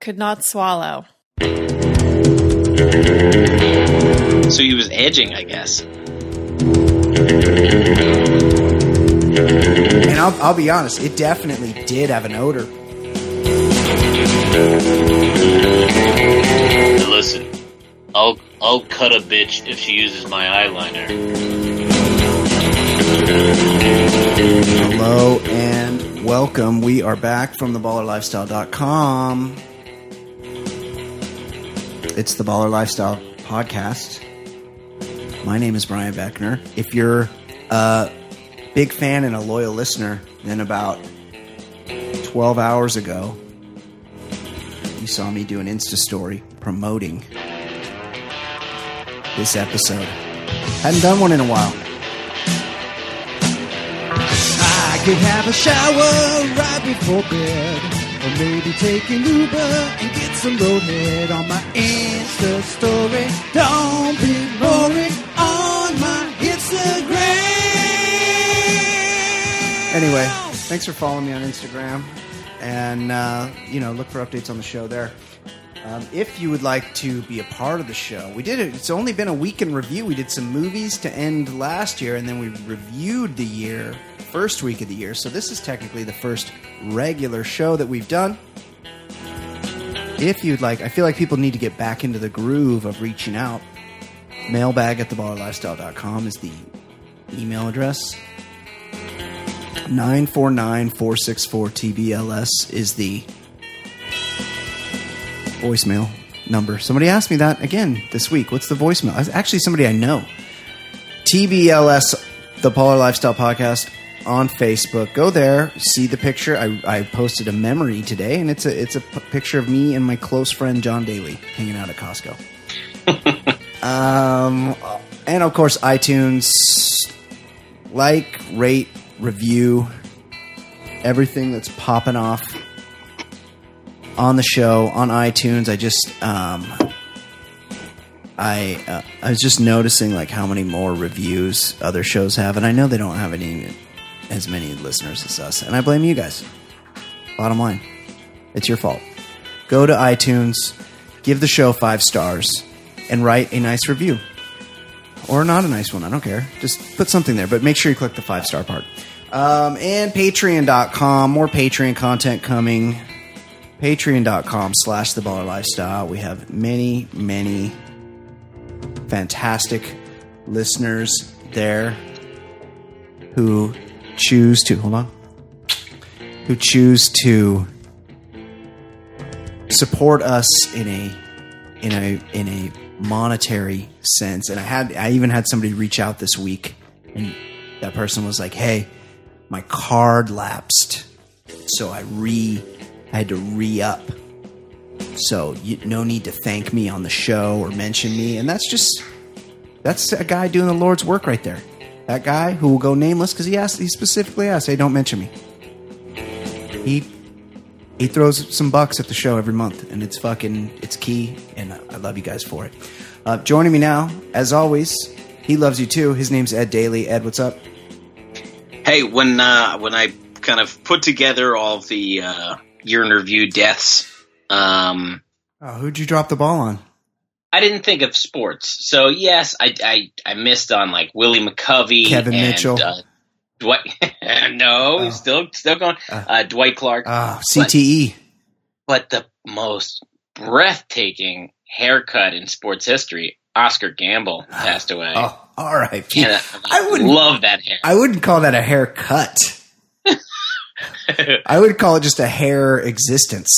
could not swallow. So he was edging, I guess. And I'll, I'll be honest, it definitely did have an odor. Listen, I'll I'll cut a bitch if she uses my eyeliner. Hello and welcome. We are back from theballerlifestyle.com. It's the Baller Lifestyle podcast. My name is Brian Beckner. If you're a big fan and a loyal listener, then about 12 hours ago, you saw me do an Insta story promoting this episode. Hadn't done one in a while. I could have a shower right before bed. Or maybe take an Uber and get some roadhead on my Insta story. Don't be boring on my Instagram. Anyway, thanks for following me on Instagram. And, uh, you know, look for updates on the show there. Um, if you would like to be a part of the show, we did it. It's only been a week in review. We did some movies to end last year, and then we reviewed the year, first week of the year. So this is technically the first regular show that we've done. If you'd like, I feel like people need to get back into the groove of reaching out. Mailbag at theballerlifestyle.com is the email address. 949 464 TBLS is the voicemail number. Somebody asked me that again this week. What's the voicemail? It's actually somebody I know. TBLS, the Polar Lifestyle Podcast on Facebook. Go there, see the picture. I, I posted a memory today, and it's a it's a p- picture of me and my close friend John Daly hanging out at Costco. um, and of course, iTunes. Like, rate, review everything that's popping off on the show on iTunes. I just um, I uh, I was just noticing like how many more reviews other shows have, and I know they don't have any as many listeners as us, and I blame you guys. Bottom line, it's your fault. Go to iTunes, give the show five stars, and write a nice review. Or not a nice one, I don't care. Just put something there, but make sure you click the five star part. Um, and patreon.com, more Patreon content coming patreon.com slash the baller lifestyle we have many many fantastic listeners there who choose to hold on who choose to support us in a in a in a monetary sense and i had i even had somebody reach out this week and that person was like hey my card lapsed so i re i had to re up so you, no need to thank me on the show or mention me and that's just that's a guy doing the lord's work right there that guy who will go nameless because he asked he specifically asked hey don't mention me he he throws some bucks at the show every month and it's fucking it's key and i I love you guys for it uh, joining me now as always he loves you too his name's ed daly ed what's up Hey, when uh, when I kind of put together all the uh, year in review deaths, um, oh, who'd you drop the ball on I didn't think of sports. So yes, I I, I missed on like Willie McCovey, Kevin and, Mitchell. uh, Dwight. no, Oh. he's still still going. Uh. Uh, Dwight Clark. ah cte but the most breathtaking haircut in sports history, Oscar Gamble passed away. oh all right And I wouldn't- love that hair. I wouldn't call that a haircut. I would call it just a hair existence.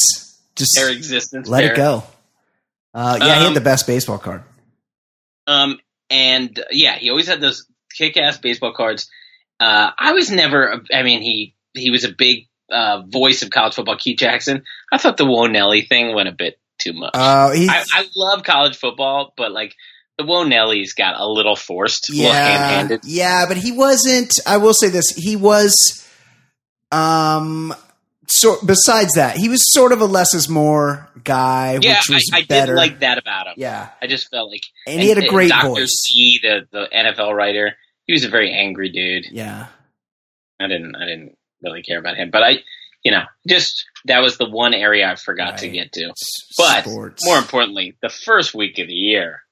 Just hair existence. let there. it go. Uh, yeah, he Um, had the best baseball card. Um, and uh, yeah, he always had those kick-ass baseball cards. Uh, I was never. a- I mean, he he was a big uh, voice of college football. Keith Jackson. I thought the Wonelli thing went a bit too much. Uh, he's, I, I love college football, but like the Wonelli's got a little forced, a little yeah, ham-handed. yeah, but he wasn't. I will say this: he was, um, so besides that, he was sort of a less is more guy, Yeah, which was I, I did better. like that about him. yeah, I just felt like and, he had a great Dr. voice. C, the the NFL writer, he was a very angry dude. Yeah, I didn't I didn't really care about him, but I you know, just that was the one area I forgot to Right. get to. S- But sports. more importantly, the first week of the year,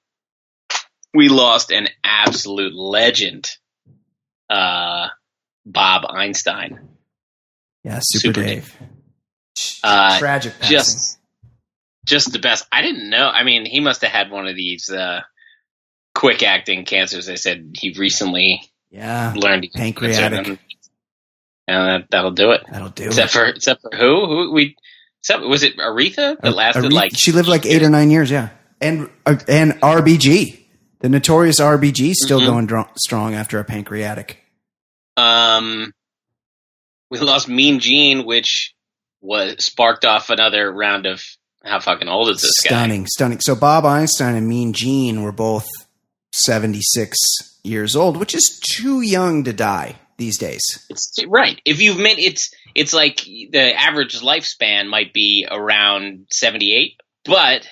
we lost an absolute legend, uh, Bob Einstein. yeah, Super, Super Dave. Uh, Tragic passing. Just, just the best. I didn't know. I mean, he must have had one of these uh, quick acting cancers. They said he recently yeah, learned he- Pancreatic. and that, that'll do it. that'll do. Except for except for who who we except was it Aretha that Ar- lasted Aretha- like she lived like eight or nine years. Yeah, and uh, and RBG, the notorious RBG, still Mhm. going dr- strong after a pancreatic. Um, we lost Mean Gene, which was sparked off another round of how fucking old is this guy? stunning, stunning. So Bob Einstein and Mean Gene were both 76 years old, which is too young to die these days. It's right. If you've made it's it's like the average lifespan might be around seventy eight, but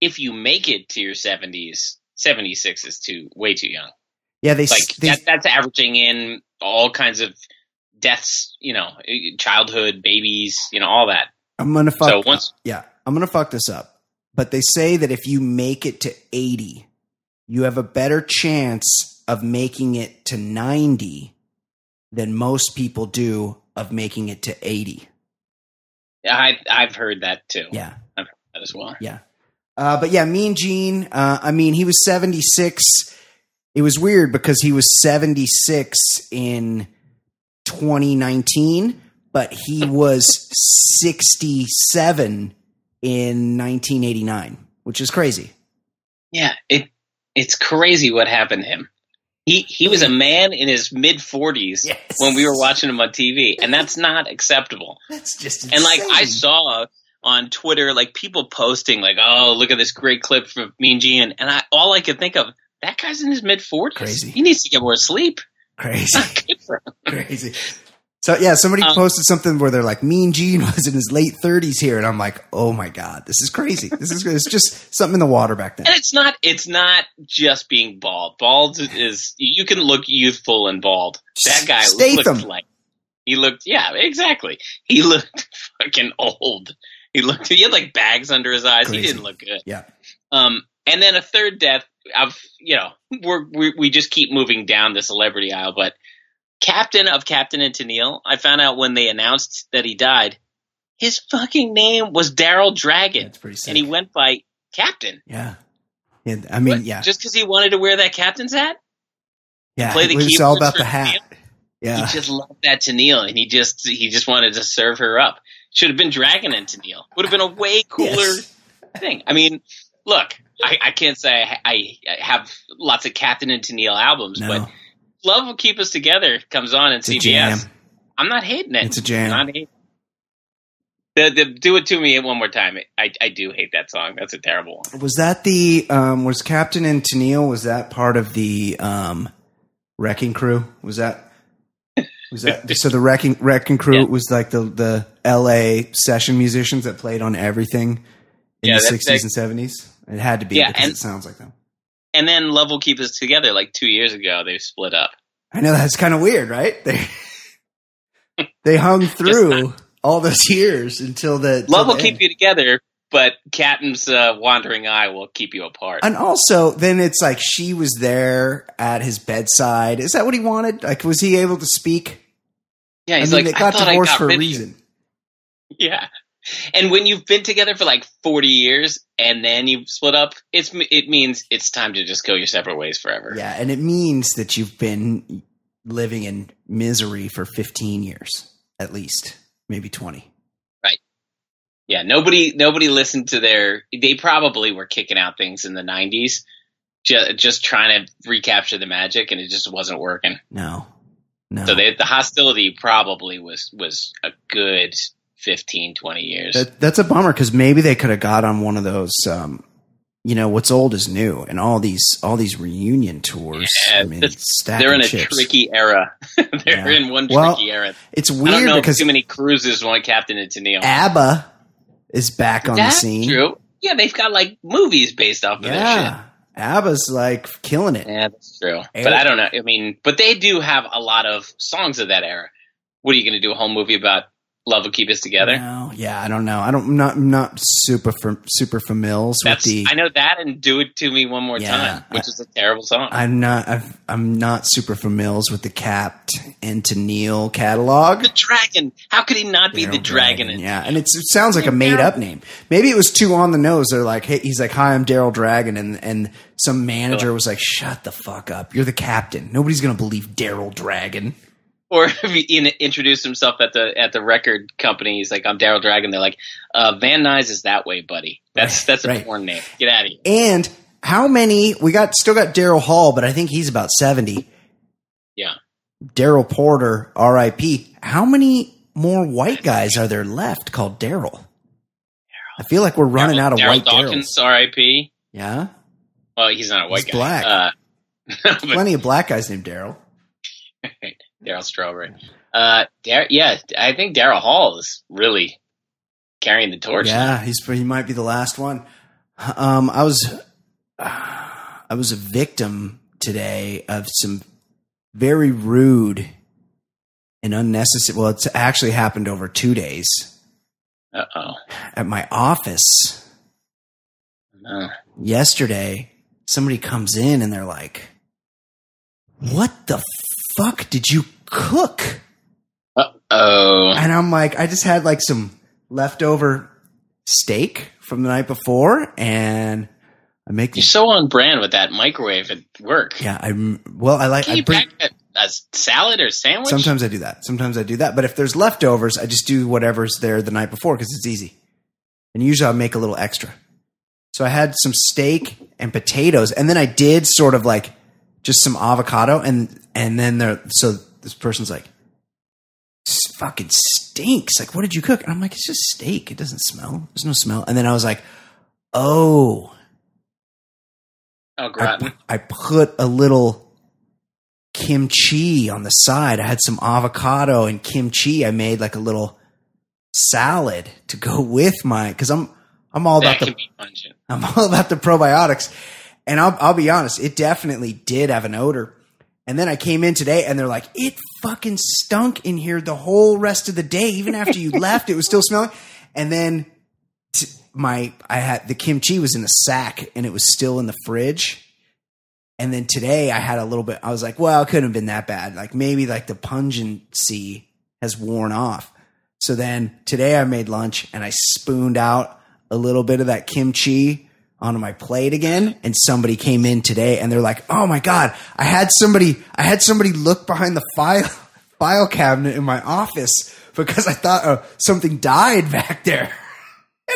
if you make it to your seventies, seventy six is too way too young. Yeah, they s- Like they, that, that's averaging in all kinds of deaths. You know, eh, childhood, babies, you know, all that. I'm gonna fuck. So once- yeah, I'm gonna fuck this up. But they say that if you make it to 80, you have a better chance of making it to 90 than most people do of making it to 80. I I've heard that too. Yeah. That as well. Uh, but yeah, Mean Gene. Uh, I mean, he was seventy six. It was weird because he was seventy six in twenty nineteen, but he was sixty seven in nineteen eighty nine, which is crazy. Yeah, it it's crazy what happened to him. He he was a man in his mid forties Yes. when we were watching him on TV, and that's not acceptable. That's just And like I saw on Twitter, like people posting like, "Oh, look at this great clip from Mean Gene," and I all I could think of that guy's in his mid forties. Crazy. He needs to get more sleep. crazy, Good for him. crazy. So yeah, somebody Um, posted something where they're like, "Mean Gene was in his late 30s here," and I'm like, "Oh my god, this is crazy. This is it's just something in the water back then." And it's not it's not just being bald. Bald is you can look youthful and bald. That guy Statham. looked like he looked. Yeah, exactly. He looked fucking old. He looked. He had like bags under his eyes. He Crazy. didn't look good. Yeah. Um. And then a third death. Of you know, we're, we we just keep moving down the celebrity aisle. But captain of Captain and Tennille, I found out when they announced that he died, his fucking name was Daryl Dragon, That's pretty sick. and he went by Captain. Yeah. And I mean, What? yeah, Just because he wanted to wear that captain's hat, yeah. play the it was keyboard all about for the hat. he Yeah, just loved that Tennille, and he just he just wanted to serve her up. Should have been Dragon and Tennille. Would have been a way cooler Yes. thing. I mean, look, I, I can't say I, I have lots of Captain and Tennille albums, No, but Love Will Keep Us Together comes on in it's a CBS. jam. I'm not hating it. It's a jam. I'm not hating. The, the do it to me one more time. I I do hate that song. That's a terrible one. Was that the um, was Captain and Tennille? Was that part of the um, wrecking crew? Was that was that so the wrecking wrecking crew Yeah. was like the the L.A. session musicians that played on everything in Yeah, the that's- sixties and seventies. It had to be Yeah, because and- it sounds like them. And then Love Will Keep Us Together. Like two years ago, they split up. I know that's kind of weird, right? They they hung through all those years until the till Love will the end. keep you together, but Captain's uh, wandering eye will keep you apart. And also, then it's like she was there at his bedside. Is that what he wanted? Like, was he able to speak? yeah, he's I mean, like, they got I thought I divorced got for rid a of you." reason. Yeah, and when you've been together for like forty years and then you split up, it's it means it's time to just go your separate ways forever. Yeah, and it means that you've been living in misery for 15 years, at least, maybe 20. Yeah, nobody nobody listened to their. They probably were kicking out things in the '90s, just, just trying to recapture the magic, and it just wasn't working. No, no. So they, the hostility probably was was a good 15, 20 years. That, that's a bummer because maybe they could have got on one of those. Um, you know, what's old is new, and all these all these reunion tours. Yeah, I mean, that's- stacking They're in a chips. tricky era. They're Yeah. in one Well, tricky era. It's I don't weird know if because too many cruises want Captain and Tennille. ABBA is back on That's the scene. true. Yeah, they've got like movies based off of that shit. Yeah. ABBA's like killing it. Yeah, that's true. Eric- But I don't know. I mean, but they do have a lot of songs of that era. What are you going to do a whole movie about love will keep us together. No, yeah, I don't know. I don't not not super fam- super familiar with That's the. I know that and do it to me one more Yeah, time, which is a terrible song. I'm not. I've, I'm not super familiar with the Capped and to Neil catalog. the dragon. How could he not be the Daryl dragon? in- Yeah, and it's, it sounds like a made up name. Maybe it was too on the nose. They're like, hey, he's like, hi, I'm Daryl Dragon, and and some manager was like, shut the fuck up, you're the captain. Nobody's gonna believe Daryl Dragon. Or if he in, introduced himself at the at the record company, he's like, "I'm Daryl Dragon." They're like, uh, "Van Nuys is that way, buddy. That's Right, that's a right. porn name. Get out of here." And how many? We got still got Daryl Hall, but I think he's about seventy. Yeah. Daryl Porter, R.I.P. How many more white guys are there left called Daryl? I feel like we're running Daryl- out of Daryl white Dawkins, Daryls. R.I.P. Yeah, Well, he's not a white guy. He's black. Uh, but plenty of black guys named Daryl. Daryl Strawberry. Uh, Dar- yeah, I think Daryl Hall is really carrying the torch. Yeah, he's he might be the last one. Um, I was I was a victim today of some very rude and unnecessary. Well, it's actually happened over two days Uh oh. at my office Uh, yesterday. Somebody comes in and they're like, "What the fuck did you cook?" oh. And I'm like, I just had like some leftover steak from the night before, and I make You're so on brand with that microwave at work. Yeah, I'm well. I like. Can I you bring, pack a, a salad or sandwich? sometimes I do that. Sometimes I do that. But if there's leftovers, I just do whatever's there the night before because it's easy. And usually I make a little extra. So I had some steak and potatoes, and then I did sort of like just some avocado, and and then there. So this person's like, "This "Fucking stinks!" Like, what did you cook? And I'm like, "It's just steak. It doesn't smell. There's no smell." And then I was like, "Oh." Oh, I, grotten. pu- I put a little kimchi on the side. I had some avocado and kimchi. I made like a little salad to go with my because I'm I'm all That about can the be pungent. I'm all about the probiotics. And I'll I'll be honest, it definitely did have an odor. And then I came in today and they're like, it fucking stunk in here the whole rest of the day. Even after you left, it was still smelling. And then t- my I had the kimchi was in a sack and it was still in the fridge. And then today I had a little bit I was like, well, it couldn't have been that bad. Like maybe like the pungency has worn off. So then today I made lunch and I spooned out a little bit of that kimchi onto my plate again. And somebody came in today and they're like, "Oh my god, I had somebody, I had somebody look behind the file file cabinet in my office because I thought uh, something died back there.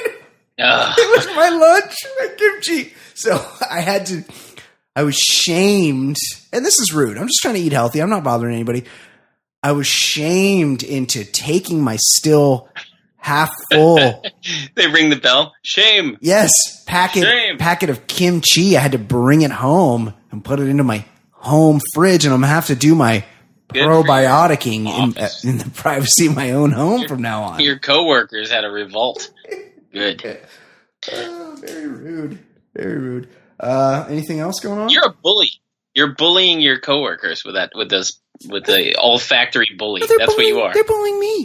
Ugh. it was my lunch, my kimchi. So I had to." I was shamed, and this is rude. I'm just trying to eat healthy. I'm not bothering anybody. I was shamed into taking my still half full they ring the bell. Shame. yes packet Shame. packet of kimchi. I had to bring it home and put it into my home fridge, and I'm gonna have to do my Good for probioticing in, uh, office. in the privacy of my own home from now on. Your coworkers had a revolt. Good. Oh, very rude. Very rude. Uh, anything else going on? You're a bully. You're bullying your coworkers with that with this with the olfactory bully. No, That's they're what you bullying- are. They're bullying me.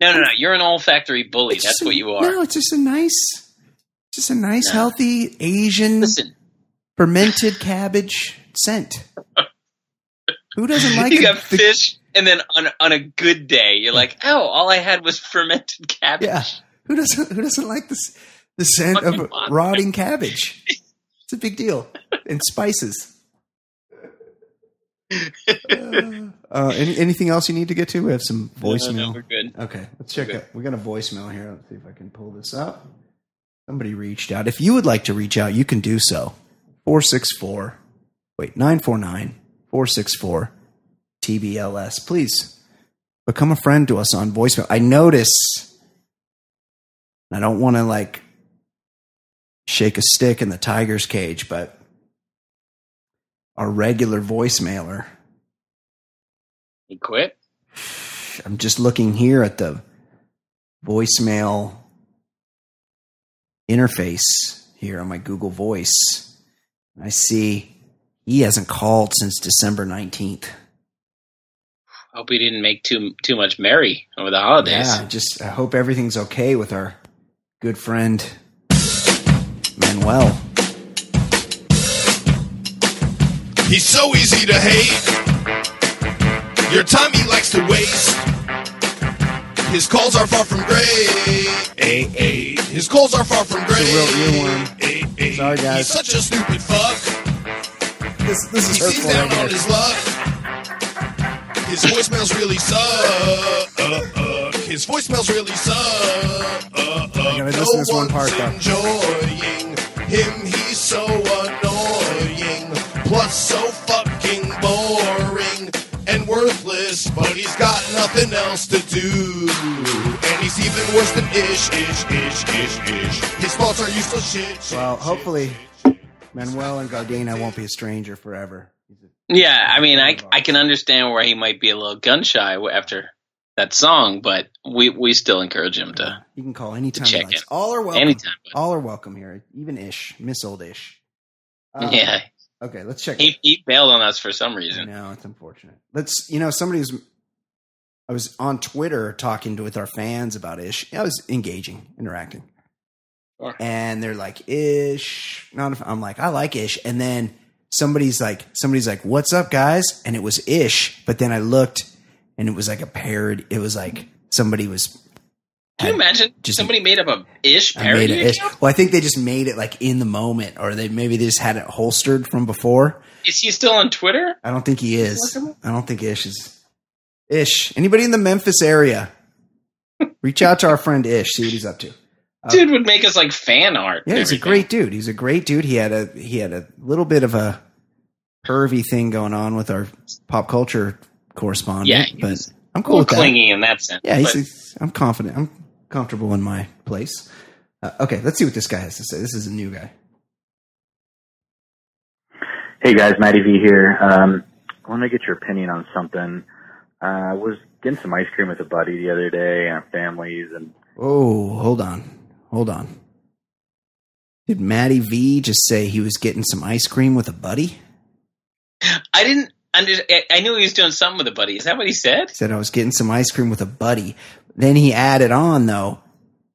No, no, no. You're an olfactory bully. It's That's just a- what you are. No, it's just a nice, just a nice, No. healthy Asian Listen, fermented cabbage scent. Who doesn't like you it? got The- fish, and then on on a good day, you're like, oh, all I had was fermented cabbage. Yeah. Who doesn't? Who doesn't like this? The scent of Fucking monster. rotting cabbage. It's a big deal. And spices. Uh, uh, any, anything else you need to get to? We have some No, no, no, voicemail. we're good. Okay, let's check Okay. out. We got a voicemail here. Let's see if I can pull this up. Somebody reached out. If you would like to reach out, you can do so. 464 wait, 949 464 TBLS. Please become a friend to us on voicemail. I notice I don't want to like shake a stick in the tiger's cage, but our regular voicemailer You quit. I'm just looking here at the voicemail interface here on my Google Voice. I see he hasn't called since December 19th. Hope we didn't make too too much merry over the holidays. Yeah, just I hope everything's okay with our good friend Manuel. He's so easy to hate. Your time he likes to waste. His calls are far from great. Ay, ay. His calls are far from great. It's a real earworm. Ay, ay. Sorry, guys. He's such a stupid fuck. This, this He sees down on his luck. His voicemails really suck. His voicemails really suck. gotta listen to this one part, though. enjoying him. He's so annoying. Plus, so fucking boring and worthless. But he's got nothing else to do. And he's even worse than ish, ish, ish, ish, ish. His thoughts are useless shit. shit, Well, shit, hopefully shit. Manuel and Gardena won't be a stranger forever. Yeah, I mean, I I can understand where he might be a little gun shy after that song, but we we still encourage him to You can call anytime. Check you like. in. All are welcome. anytime. But, All are welcome here. Even Ish, Miss Old Ish. Uh, yeah, Okay, let's check. he he bailed on us for some I reason. know it's unfortunate. Let's you know somebody was. I was on Twitter talking to with our fans about Ish. I was engaging, interacting, Sure. and they're like Ish. Not I'm like I like Ish, and then somebody's like somebody's like What's up, guys? And it was Ish, but then I looked, and it was like a parody. It was like somebody was. Can you imagine Just- somebody made up a ish I made parody? it. Ish. account? Well, I think they just made it like in the moment, or they maybe they just had it holstered from before. Is he still on Twitter? I don't think he is. Workable? I don't think Ish is. Ish. Anybody in the Memphis area? Reach out to our friend Ish. See what he's up to. Uh, Dude would make us like fan art. Yeah, and he's a everything. great dude. He's a great dude. He had a he had a little bit of a pervy thing going on with our pop culture correspondent. Yeah, he but was I'm cool cool, with that. clingy in that sense. Yeah, but- he's, I'm confident. I'm comfortable in my place. Uh, okay, let's see what this guy has to say. This is a new guy. Hey guys, Matty V here. Um, I want to get your opinion on something. Uh, I was getting some ice cream with a buddy the other day and our families, and Oh, hold on. Hold on. Did Matty V just say he was getting some ice cream with a buddy? I didn't under. I- I knew he was doing something with a buddy. Is that what he said? He said I was getting some ice cream with a buddy. Then he added on though,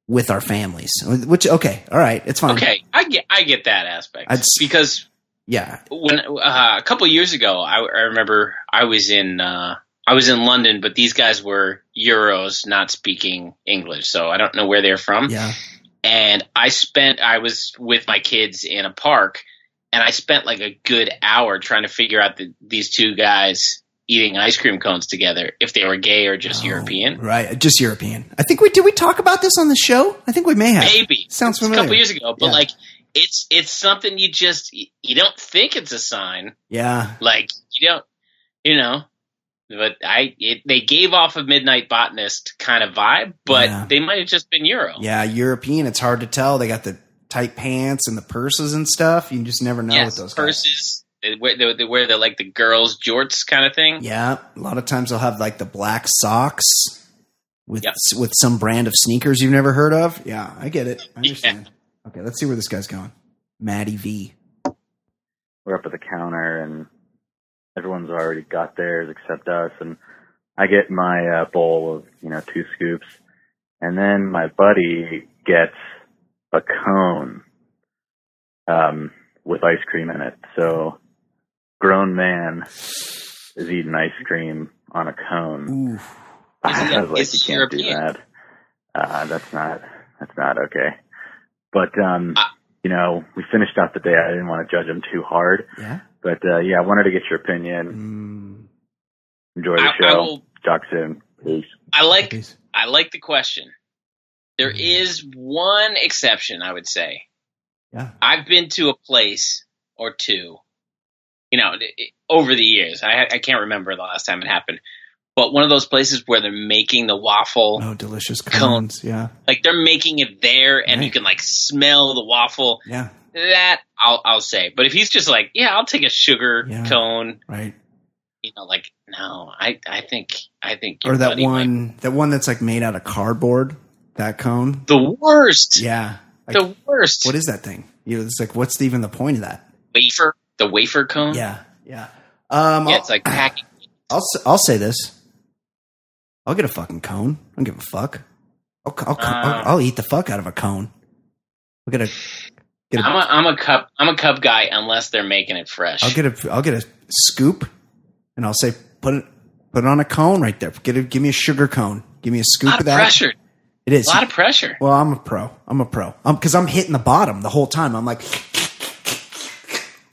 with our families. Which okay, all right, it's fine. Okay, I get I get that aspect I'd s- because Yeah. when uh, a couple years ago, I, I remember I was in uh, I was in London, but these guys were Euros, not speaking English, so I don't know where they're from. Yeah. And I spent I was with my kids in a park, and I spent like a good hour trying to figure out the, these two guys eating ice cream cones together if they were gay or just Oh, European. Right. Just European. I think we did we talk about this on the show? I think we may have. Maybe Sounds It's a couple familiar. years ago, but Yeah. like it's it's something you just you don't think it's a sign. Yeah. Like you don't, you know. But I, it, they gave off a Midnight Botanist kind of vibe, but Yeah. they might have just been Euro. Yeah, European, it's hard to tell. They got the tight pants and the purses and stuff. You just never know with yes, those guys. purses. They wear, they, they wear the like the girls' jorts kind of thing. Yeah, a lot of times they'll have like the black socks with Yep. with some brand of sneakers you've never heard of. Yeah, I get it. I understand. Okay, let's see where this guy's going. Maddie V. we're up at the counter, and everyone's already got theirs except us. And I get my uh, bowl of you know two scoops, and then my buddy gets a cone um, with ice cream in it. So grown man is eating ice cream on a cone. Ooh, Isn't that- I was like, it's you can't do European." that. Uh, that's not that's not okay. But um, Ah. you know, we finished out the day. I didn't want to judge him too hard, yeah. but uh, yeah, I wanted to get your opinion. Mm, Enjoy the I, I show. will. Talk soon. Peace. I like. please. I like the question. There Hmm. is one exception, I would say. Yeah. I've been to a place or two, you know, it- it- over the years. I, I can't remember the last time it happened, but one of those places where they're making the waffle, Oh, delicious Cones. cones. Yeah, like they're making it there, and you Right. can like smell the waffle. yeah. That I'll I'll say. But if he's just like, yeah, I'll take a sugar Yeah. cone, Right. you know, like no, I I think I think your Or that buddy might- one. That one that's like made out of cardboard. That cone. the worst, Yeah. Like, the worst what is that thing? You know, it's like what's even the point of that? wafer, the wafer cone. Yeah. Yeah. Um, Hmm. Yeah, I'll- it's like packing. I'll s- I'll say this. I'll get a fucking cone. I don't give a fuck. I'll, I'll, Uh. I'll, I'll eat the fuck out of a cone. I'll get a get a I'm a I'm a cup I'm a cup guy unless they're making it fresh. I'll get a I'll get a scoop, and I'll say put it put it on a cone right there. Get a, give me a sugar cone. Give me a a scoop lot of of that. pressure. It is. A lot of pressure. well, I'm a pro. I'm a pro. Because I'm hitting the bottom the whole time. I'm like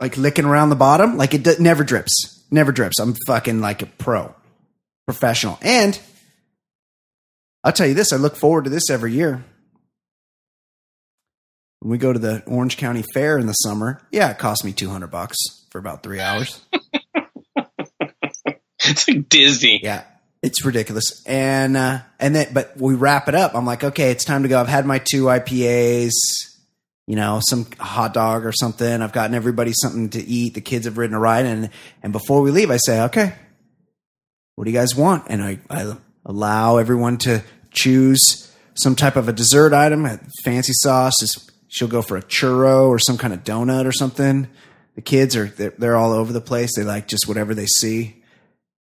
like licking around the bottom. Like it d- never drips. Never drips. I'm fucking like a pro, professional. And I'll tell you this. I look forward to this every year. When we go to the Orange County Fair in the summer, yeah, it cost me two hundred bucks for about three hours. It's like Disney. Yeah, it's ridiculous. And uh, and then, but we wrap it up. I'm like, okay, it's time to go. I've had my two IPAs. You know, some hot dog or something. I've gotten everybody something to eat. The kids have ridden a ride, and and before we leave, I say, okay, what do you guys want? And I, I allow everyone to choose some type of a dessert item, a fancy sauce. Just- She'll go for a churro or some kind of donut or something. The kids are they're, they're all over the place. They like just whatever they see.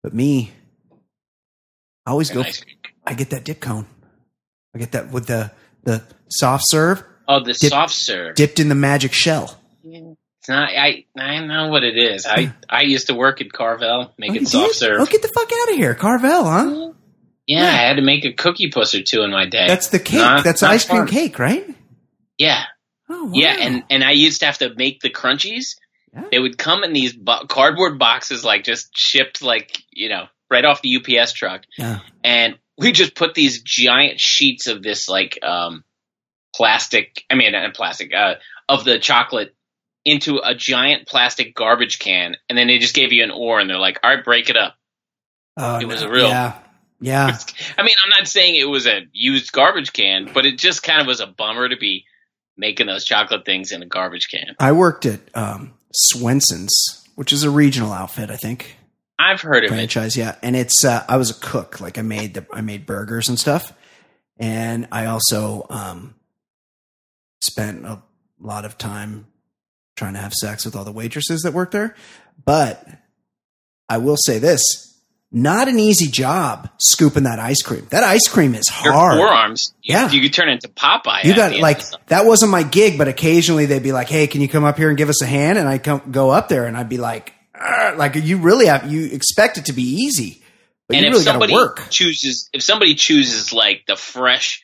But me, I always go. Nice. I get that dip cone. I get that with the the soft serve Oh, the Dip- soft serve. dipped in the magic shell. It's not. I I know what it is. I I used to work at Carvel Oh, making you soft did? serve. Oh, get the fuck out of here, Carvel, huh? Yeah, I had to make a cookie puss or two in my day. That's the cake. Not- That's not ice cream fun. cake, right? Yeah, Oh, wow. yeah, and and I used to have to make the crunchies. Yeah. They would come in these bo- cardboard boxes, like just shipped, like you know, right off the UPS truck, yeah. and we just put these giant sheets of this like um plastic. I mean, not plastic uh, of the chocolate into a giant plastic garbage can, and then they just gave you an oar, and they're like, "All right, break it up." Oh, It was no. a real- Yeah. Yeah. I mean, I'm not saying it was a used garbage can, but it just kind of was a bummer to be making those chocolate things in a garbage can. I worked at um, Swenson's, which is a regional outfit, I think. I've heard of it. franchise, yeah. And it's uh, I was a cook, like I made the I made burgers and stuff, and I also um, spent a lot of time trying to have sex with all the waitresses that worked there. But I will say this: not an easy job scooping that ice cream. That ice cream is Your hard. forearms, you- Yeah. you, could turn into Popeye. You at the got end like of something. that wasn't my gig, but occasionally they'd be like, "Hey, can you come up here and give us a hand?" And I come go up there and I'd be like, "Argh," "Like you really have you expect it to be easy, but and you if really got to somebody work." chooses, if somebody chooses like the fresh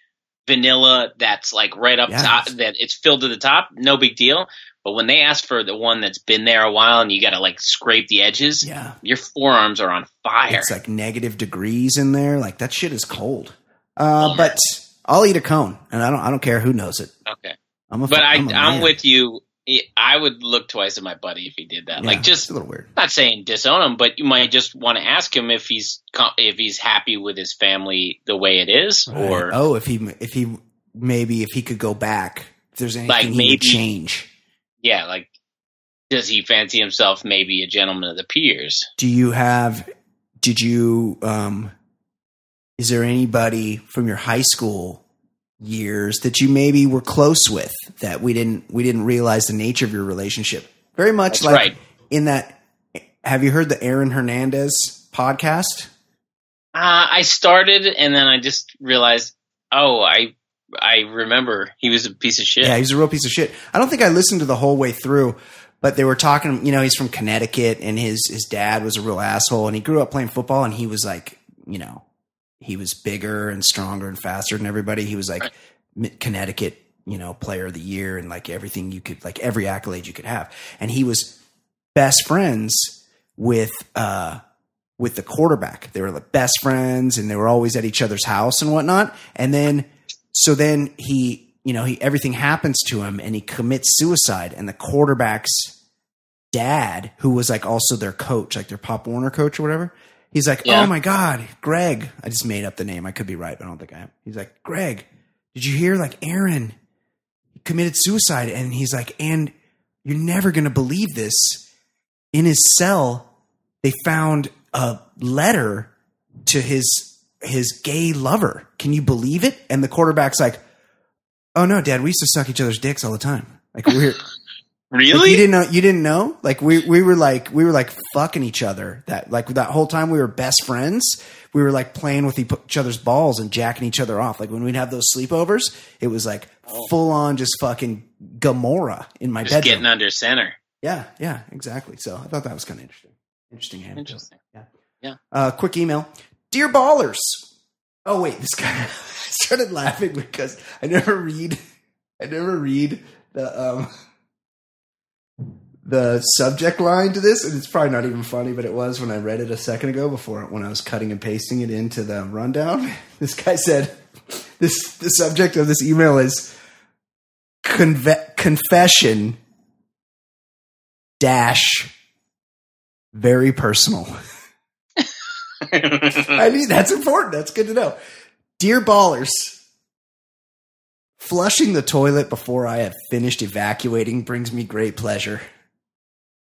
vanilla that's like right up Yeah. top, that it's filled to the top, no big deal. But when they ask for the one that's been there a while and you got to like scrape the edges, Yeah, your forearms are on fire. it's like negative degrees in there. Like that shit is cold. Uh, Bummer. but I'll eat a cone, and I don't. I don't care who knows it. okay. I'm a. fu- But I, I'm, a I'm man. with you. It- I would look twice at my buddy if he did that. Yeah, like, it's just a little weird. not saying disown him, but you might just want to ask him if he's com- if he's happy with his family the way it is, or Right. oh, if he if he maybe if he could go back, if there's anything Like, he maybe- would change. yeah, like does he fancy himself maybe a gentleman of the peers? do you have did you um is there anybody from your high school years that you maybe were close with that we didn't we didn't realize the nature of your relationship very much That's like right. in that have you heard the aaron hernandez podcast Uh, I started, and then I just realized, oh, I I remember he was a piece of shit. Yeah, he's a real piece of shit. I don't think I listened to the whole way through, but they were talking. You know, he's from Connecticut, and his his dad was a real asshole, and he grew up playing football, and he was like, you know, he was bigger and stronger and faster than everybody. He was like Mi- Connecticut, you know, player of the year, and like everything you could, like every accolade you could have, and he was best friends with uh with the quarterback. They were like best friends, and they were always at each other's house and whatnot, and then so then he you know he everything happens to him and he commits suicide and the quarterback's dad who was like also their coach like their pop warner coach or whatever he's like Yeah. oh my god greg i just made up the name i could be right but i don't think i am he's like greg did you hear like aaron committed suicide and he's like and you're never gonna believe this in his cell they found a letter to his his gay lover. Can you believe it? And the quarterback's like, "Oh no, Dad, we used to suck each other's dicks all the time. Like we're Like, Really? you didn't know you didn't know? Like we we were like we were like fucking each other. That like that whole time we were best friends. We were like playing with each other's balls and jacking each other off. Like when we'd have those sleepovers, it was like full on just fucking Gamora in my Oh. Just bedroom. getting under center. Yeah, yeah, exactly. So I thought that was kind of interesting. Interesting anecdote. Interesting. Uh, quick email. Dear Ballers. Oh, wait, this guy I started laughing because I never read, I never read the, um, the subject line to this, and it's probably not even funny, but it was when I read it a second ago before when I was cutting and pasting it into the rundown. This guy said, "This the subject of this email is conve- confession dash very personal." I mean, that's important. That's good to know. Dear ballers, flushing the toilet before I have finished evacuating brings me great pleasure.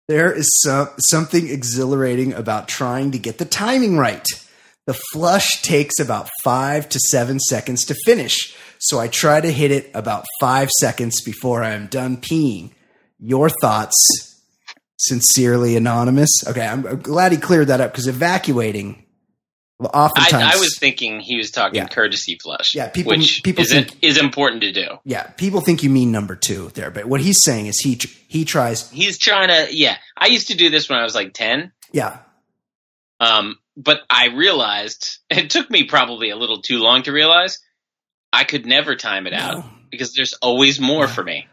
There is some, something exhilarating about trying to get the timing right. The flush takes about five to seven seconds to finish, so I try to hit it about five seconds before I am done peeing. Your thoughts, sincerely anonymous. Okay, I'm, I'm glad he cleared that up because evacuating, well, I, oftentimes, I was thinking he was talking Yeah. courtesy flush. Yeah, people- which people is, in- is important to do. yeah, people think you mean number two there, but what he's saying is he tr- he tries, He's trying to. Yeah, I used to do this when I was like ten. yeah, Um, but I realized it took me probably a little too long to realize I could never time it out No. because there's always more for me.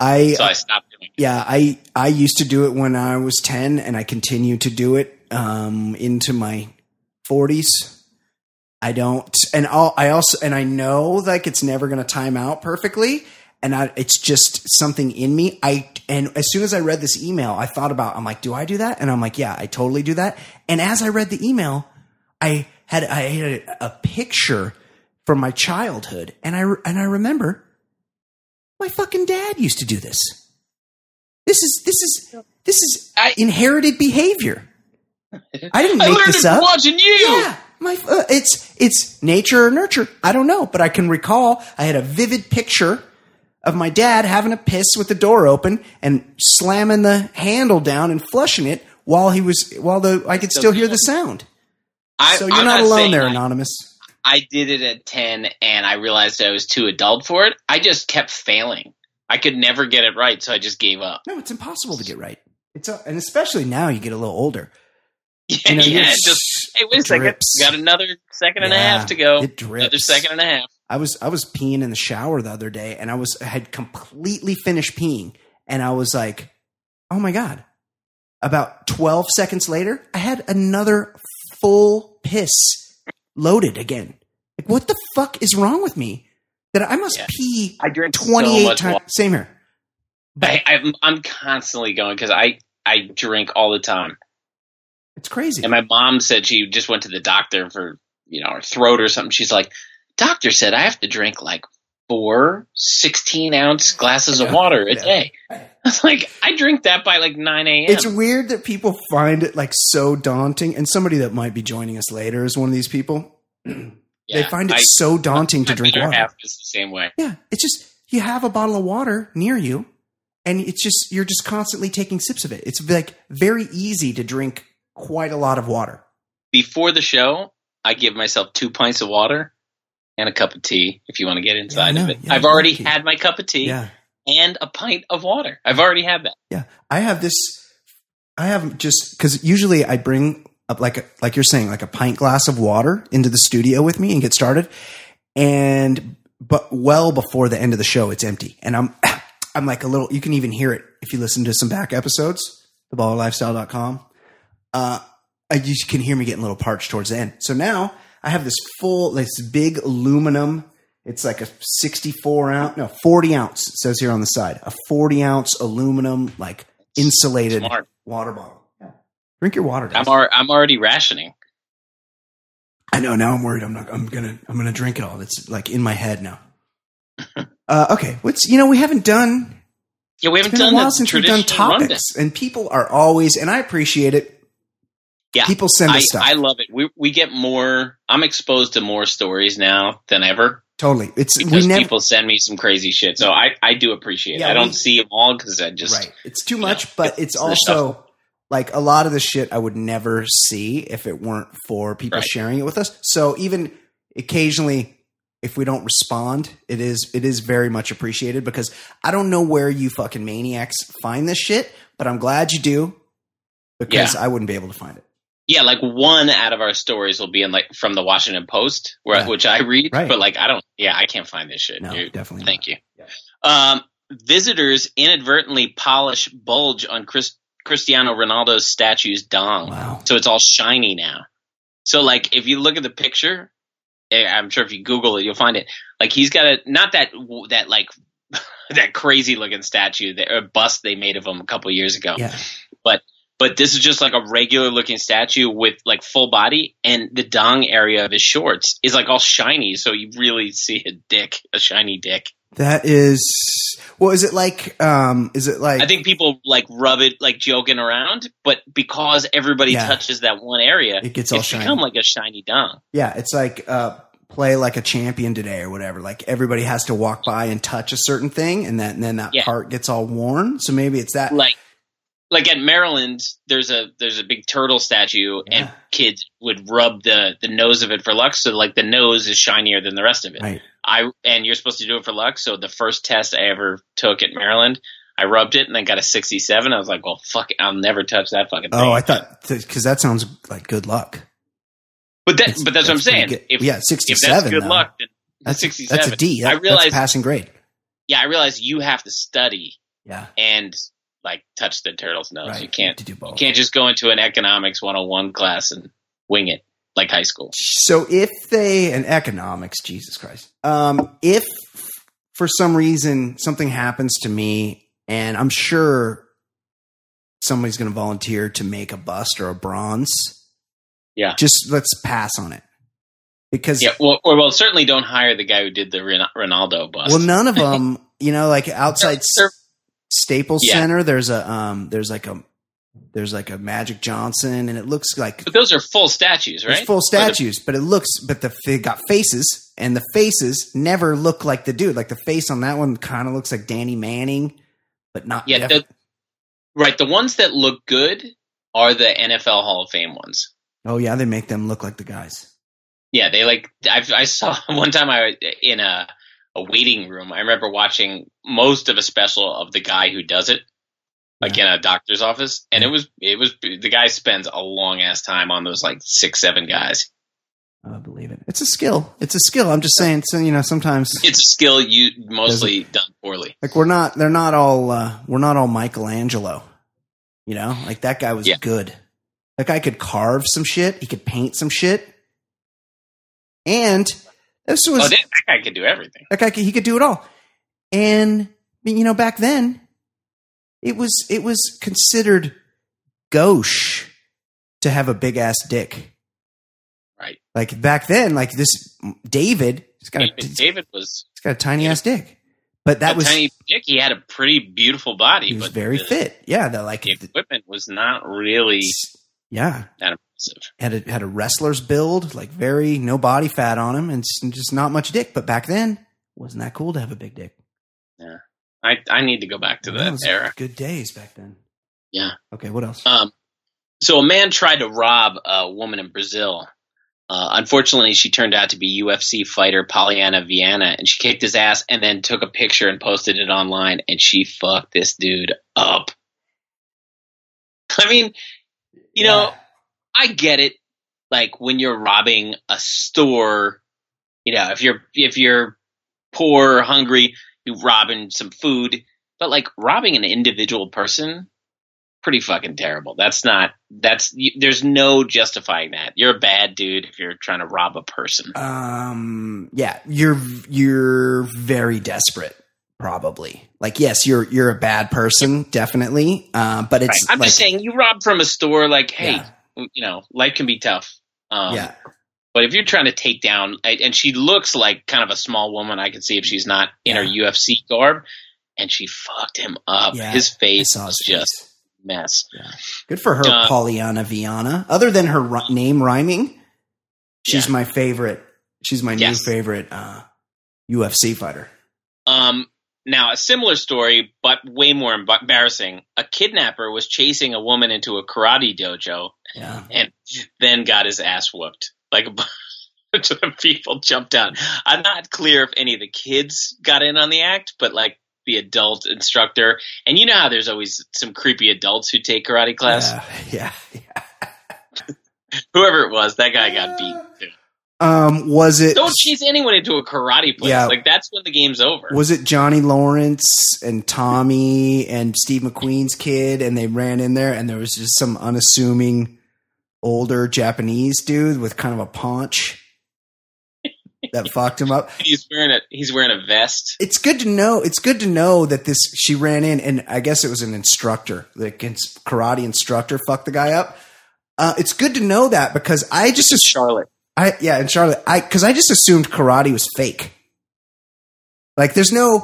I So I stopped doing it. yeah i i used to do it when i was 10 and i continue to do it um into my 40s i don't and I'll, i also and i know like it's never going to time out perfectly and I, it's just something in me i and as soon as i read this email i thought about i'm like do i do that and i'm like yeah i totally do that and as i read the email i had i had a, a picture from my childhood and i re- and i remember my fucking dad used to do this this is this is this is I- inherited behavior. I didn't I make learned it this from up. watching you. Yeah, my uh, it's it's nature or nurture. I don't know, but I can recall I had a vivid picture of my dad having a piss with the door open and slamming the handle down and flushing it while he was while the I could still hear the sound. I, So you're I'm not alone saying there, I- anonymous. I did it at ten, and I realized I was too adult for it. I just kept failing. I could never get it right, so I just gave up. No, it's impossible to get right. It's a, and especially now you get a little older. Yeah, You know, you're yeah. Just hey, wait a second. drips. Got another second and a Yeah, half to go. It drips. Another second and a half. I was I was peeing in the shower the other day, and I was I had completely finished peeing, and I was like, "Oh my god!" About twelve seconds later, I had another full piss loaded again. Like, what the fuck is wrong with me? That I must Yeah. pee I drink twenty eight much times. water. Same here. I, I'm I'm constantly going because I I drink all the time. It's crazy. And my mom said she just went to the doctor for, you know, her throat or something. She's like, doctor said I have to drink like four 16 ounce glasses of Yeah. water a Yeah. day. I was like, I drink that by like 9 a.m. It's weird that people find it like so daunting, and somebody that might be joining us later is one of these people. they Yeah, find it I- so daunting to my drink better water. half is the same way. Yeah, it's just you have a bottle of water near you, and it's just you're just constantly taking sips of it. It's like very easy to drink quite a lot of water. Before the show, I give myself two pints of water and a cup of tea if you want to get inside know. of it. Yeah, I've already tea. had my cup of tea Yeah, and a pint of water. I've already had that. yeah. I have this. I have just because usually I bring up like a, like you're saying like a pint glass of water into the studio with me and get started, and but well before the end of the show it's empty, and I'm I'm like a little. You can even hear it if you listen to some back episodes, theballerlifestyle.com. uh, I, you can hear me getting a little parched towards the end. So now I have this full, this big aluminum. It's like a 64 ounce, no, 40 ounce. It says here on the side, a 40 ounce aluminum, like insulated Smart. water bottle. Yeah. Drink your water. I'm, guys. al- I'm already rationing. I know. Now I'm worried. I'm not. I'm gonna. I'm gonna drink it all. It's like in my head now. uh, okay. What's you know we haven't done Yeah, we it's haven't been done a while the since we've done traditional rundown. topics, and people are always, and I appreciate it. Yeah. people send us I, stuff. I love it. We we get more. I'm exposed to more stories now than ever. Totally. It's because we never people send me some crazy shit. So I, I do appreciate Yeah, it. I don't we- see them all because I just right. It's too know, much, but it's it's the stuff- also like a lot of the shit I would never see if it weren't for people Right. sharing it with us. So even occasionally if we don't respond, it is it is very much appreciated because I don't know where you fucking maniacs find this shit, but I'm glad you do because I wouldn't be able to find it. yeah, like one out of our stories will be in like from the Washington Post, where, Yeah. which I read, Right. but like I don't. Yeah, I can't find this shit. No, dude. definitely. Thank you. Yeah. Um, visitors inadvertently polish bulge on Chris, Cristiano Ronaldo's statue's dong, Not. Wow. so it's all shiny now. So, like, if you look at the picture, eh, I'm sure if you Google it, you'll find it. Like, he's got a not that that like that crazy looking statue that or bust they made of him a couple years ago Yeah. but this is just like a regular looking statue with like full body and the dong area of his shorts is like all shiny so you really see a dick a shiny dick That is well, is it like um is it like i think people like rub it like joking around but because everybody Yeah. touches that one area it gets all it's shiny. become like a shiny dong Yeah, it's like uh, play like a champion today or whatever. Like everybody has to walk by and touch a certain thing, and that and then that Yeah. part gets all worn. So maybe it's that. like like at maryland there's a there's a big turtle statue and Yeah. kids would rub the the nose of it for luck so like the nose is shinier than the rest of it Right. I and you're supposed to do it for luck. So the first test I ever took at Maryland, I rubbed it and I got a 67. I was like, well, fuck, it, I'll never touch that fucking thing. Oh, I thought because that sounds like good luck. but that, It's- but that's, what I'm pretty saying. good. If, yeah, if sixty-seven. that's good though. luck, then That's, 67. that's a D. That, I realized, that's passing grade. yeah, I realized you have to study Yeah, and like touch the turtle's nose. right. Oh, You can't, to do both. you can't just go into an economics 101 class and wing it like high school. So if they and economics, Jesus Christ. Um, if for some reason something happens to me, and I'm sure somebody's going to volunteer to make a bust or a bronze. Yeah. Just let's pass on it because Yeah. Well, or, well, certainly don't hire the guy who did the Ren- Ronaldo bust. well, none of them. You know, like outside They're- S- Staples Yeah. Center, there's a um, there's like a there's like a Magic Johnson, and it looks like but those are full statues, right? It's full Or the- statues, but it looks, but the they got faces, and the faces never look like the dude. Like the face on that one kind of looks like Danny Manning, but not. Yeah, def- the, right. The ones that look good are the NFL Hall of Fame ones. oh yeah, they make them look like the guys. Yeah, they like. I, I saw one time I in a a waiting room. I remember watching most of a special of the guy who does it, like in a doctor's office, and it was it was the guy spends a long ass time on those like six seven guys. I believe it. It's a skill. It's a skill. I'm just saying. So you know, sometimes It's a skill you mostly done poorly. like we're not. They're not all. Uh, we're not all Michelangelo. You know, like that guy was Yeah. good. That guy could carve some shit. He could paint some shit. And this was Oh, that, that guy could do everything. Like I could, he could do it all. And I mean, you know, back then, it was it was considered gauche to have a big ass dick. Right. Like back then, like this David, he's got a, David, he's David was got a tiny ass dick, but Uh, that a was tiny dick. He had a pretty beautiful body. he was but very the- fit. Yeah, that like The equipment was not really yeah that impressive. had a had a wrestler's build, like very no body fat on him, and s- just not much dick. But back then, wasn't that cool to have a big dick? I, I need to go back to that was era. good days back then. Yeah. Okay, what else? Um, so a man tried to rob a woman in Brazil. Uh, unfortunately, she turned out to be UFC fighter Pollyanna Viana, and she kicked his ass and then took a picture and posted it online, and she fucked this dude up. I mean, you know, I get it. Like when you're robbing a store, you know, if you're if you're poor or hungry, you're robbing some food. But like robbing an individual person, pretty fucking terrible. That's not that's you, there's no justifying that. You're a bad dude if you're trying to rob a person. um yeah you're you're very desperate probably like yes you're you're a bad person definitely um but Right? it's I'm like just saying, you rob from a store, like hey, yeah, you know, life can be tough. Um, yeah But if you're trying to take down, and she looks like kind of a small woman, I can see if she's not in her UFC garb, and she fucked him up. Yeah, his I face saw was his just face. a mess. good for her Uh, Pollyanna Viana other than her ri- name rhyming she's Yeah. my favorite she's my Yes. new favorite uh UFC fighter. Um, now, a similar story, but way more emb- embarrassing. A kidnapper was chasing a woman into a karate dojo, Yeah. and then got his ass whooped. Like a bunch of people jumped out. I'm not clear if any of the kids got in on the act, but like the adult instructor. And you know how there's always some creepy adults who take karate class. Yeah. yeah. Whoever it was, that guy got beat. Too. Um, was it Don't chase anyone into a karate place. Yeah. Like that's when the game's over. was it Johnny Lawrence and Tommy and Steve McQueen's kid and they ran in there and there was just some unassuming older Japanese dude with kind of a paunch that fucked him up. he's wearing a he's wearing a vest. It's good to know. It's good to know that this she ran in, and I guess it was an instructor, like ins- karate instructor, fucked the guy up. Uh, it's good to know that because I just assumed, Charlotte. I yeah, and Charlotte, I because I just assumed karate was fake. Like, there's no,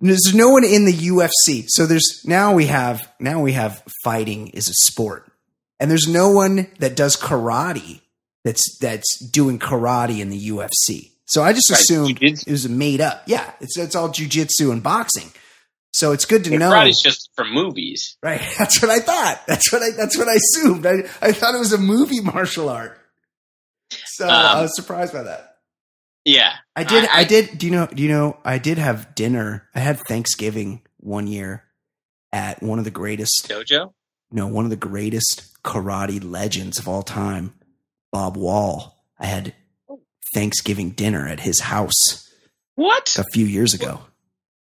there's no one in the UFC, so there's now we have now we have fighting is a sport, and there's no one that does karate that's that's doing karate in the UFC. So I just Right, assumed jujitsu. it was made up. Yeah, it's it's all jujitsu and boxing. So it's good to know. Karate's just for movies. Right. That's what I thought. That's what I that's what I assumed. I, I thought it was a movie martial art. So I Um, was surprised by that. Yeah. I did I- I, did do you know do you know I did have dinner. I had Thanksgiving one year at one of the greatest Dojo? no, one of the greatest karate legends of all time, Bob Wall. I had Thanksgiving dinner at his house What? a few years ago.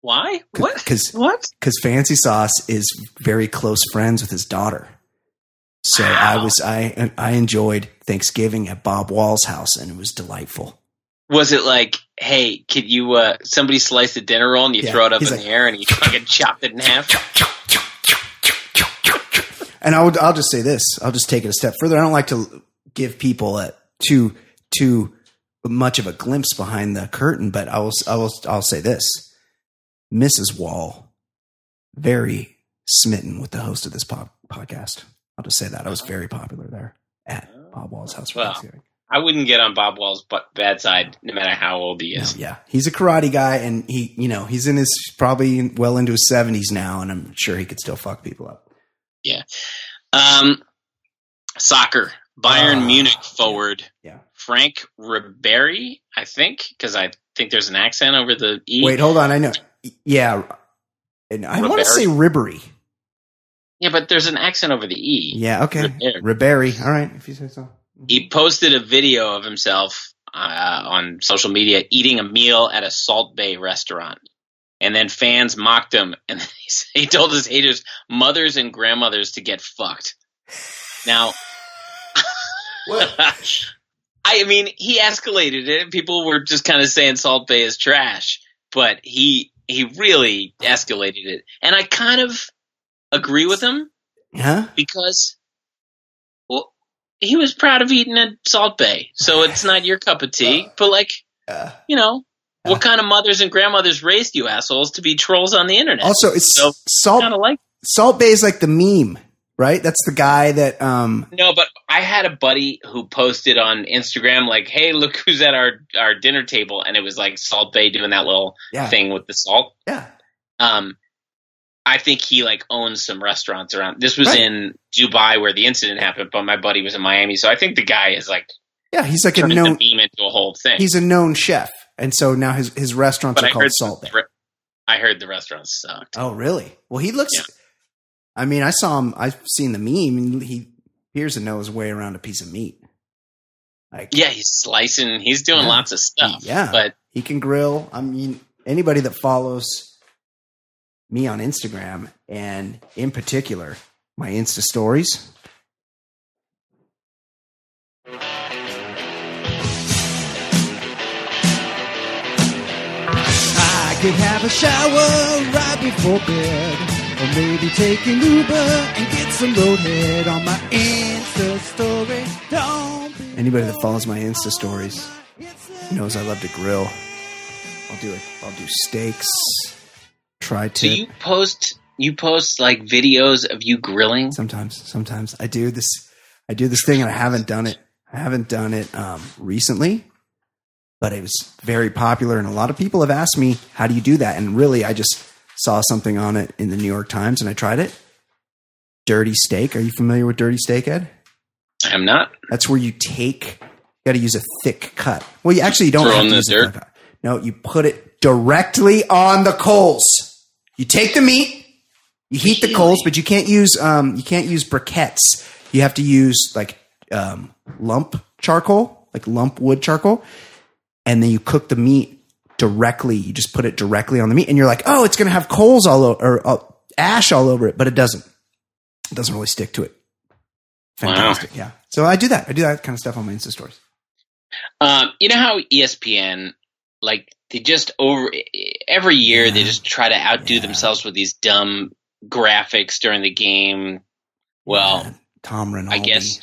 Why? What? Cuz What? because Fancy Sauce is very close friends with his daughter. So Wow. I was I I enjoyed Thanksgiving at Bob Wall's house, and it was delightful. Was it like, hey, could you uh somebody slice the dinner roll and you Yeah, throw it up in he's like- the air and you fucking chopped it in half? And I would I'll just say this. I'll just take it a step further. I don't like to give people a, too too much of a glimpse behind the curtain, but I will I will I'll say this. Mrs. Wall, very smitten with the host of this po- podcast. I'll just say that I was very popular there at Bob Wall's house for Wow. Thanksgiving. I wouldn't get on Bob Wall's bu- bad side no matter how old he is. No, yeah, he's a karate guy, and he, you know, he's in his probably well into his seventies now, and I'm sure he could still fuck people up. Um soccer. Bayern Ah, Munich forward. yeah. Frank Ribery, I think, because I think there's an accent over the E. Wait, hold on, I know. Yeah, and I want to Ribery? say Ribery. Yeah, but there's an accent over the E. Yeah, okay, Ribery. Ribery. All right, if you say so. he posted a video of himself uh, on social media eating a meal at a Salt Bay restaurant. And then fans mocked him, and he s- he told his haters, mothers and grandmothers, to get fucked. Now, What? I mean, he escalated it. People were just kind of saying Salt Bay is trash, but he he really escalated it, and I kind of agree with him Huh? because well, he was proud of eating at Salt Bay, so it's not your cup of tea. But like, Uh, you know, Uh. what kind of mothers and grandmothers raised you assholes to be trolls on the internet? also, it's So- Salt kind of like Salt Bay is like the meme, right? That's the guy that um. no, but I had a buddy who posted on Instagram like, "Hey, look who's at our our dinner table," and it was like Salt Bay doing that little Yeah, thing with the salt. yeah, Um, I think he like owns some restaurants around. This was Right. in Dubai where the incident happened, but my buddy was in Miami, so I think the guy is like yeah. He's like a turning known. the meme into a whole thing. He's a known chef, and so now his his restaurants But are I called heard Salt Bay. I heard the restaurants sucked. Oh, really? Well, he looks. Yeah. I mean, I saw him. I've seen the meme, and he appears to know his way around a piece of meat. Like, Yeah, he's slicing. He's doing Yeah. lots of stuff. Yeah. but he can grill. I mean, anybody that follows me on Instagram and in particular my Insta stories. I could have a shower right before bed, or maybe take an Uber and get some loaded on my Insta story. Anybody that follows my Insta stories knows I love to grill. I'll do it. I'll do steaks. Try do to you post you post like videos of you grilling? sometimes. Sometimes I do this. I do this thing, and I haven't done it. I haven't done it um, recently. but it was very popular. And a lot of people have asked me, how do you do that? And really, I just saw something on it in the New York Times and I tried it. Dirty steak. Are you familiar with dirty steak, Ed? I'm not. That's where you take. You got to use a thick cut. Well, you actually don't Throw have in to the use a dirt? thick cut. No, you put it directly on the coals. You take the meat, you heat the coals, but you can't use um, you can't use briquettes. You have to use like um, lump charcoal, like lump wood charcoal, and then you cook the meat directly. You just put it directly on the meat, and you're like, oh, it's gonna have coals all over or uh, ash all over it, but it doesn't. It doesn't really stick to it. Wow. Fantastic, yeah. So I do that. I do that kind of stuff on my Insta stories. Um, you know how ESPN, like they just over every year they just try to outdo Yeah. themselves with these dumb graphics during the game. Well, Yeah. Tom Rinaldi. I guess.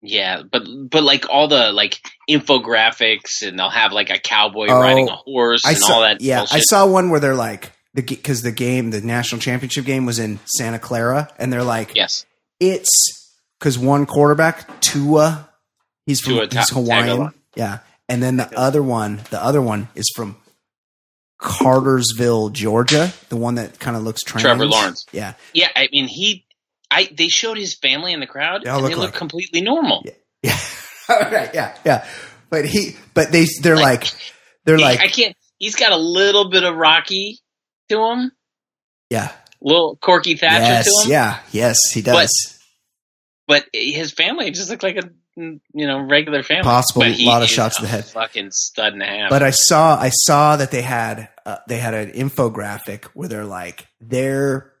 Yeah, but but like all the like infographics, and they'll have like a cowboy Oh, riding a horse I and saw all that. Yeah, bullshit. I saw one where they're like the because the game, the national championship game, was in Santa Clara, and they're like, Yes, it's because one quarterback, Tua, he's from Tua Ta- he's Hawaiian, Tagovailoa. yeah, and then the other one, the other one is from Cartersville, Georgia, the one that kind of looks Trevor trans. Lawrence. yeah, yeah. I mean, he, I they showed his family in the crowd, They all and look they look like- completely normal. yeah, right, yeah, yeah, but he, but they, they're Like- like, they're He- like, I can't. He's got a little bit of Rocky to him, yeah, little Corky Thatcher yes, to him. yeah, yes, he does. but his family just looked like a you know regular family. Possible, But he lot of is shots to the a head. Fucking stud and a half. But uh, I saw I saw that they had uh, they had an infographic where they're like their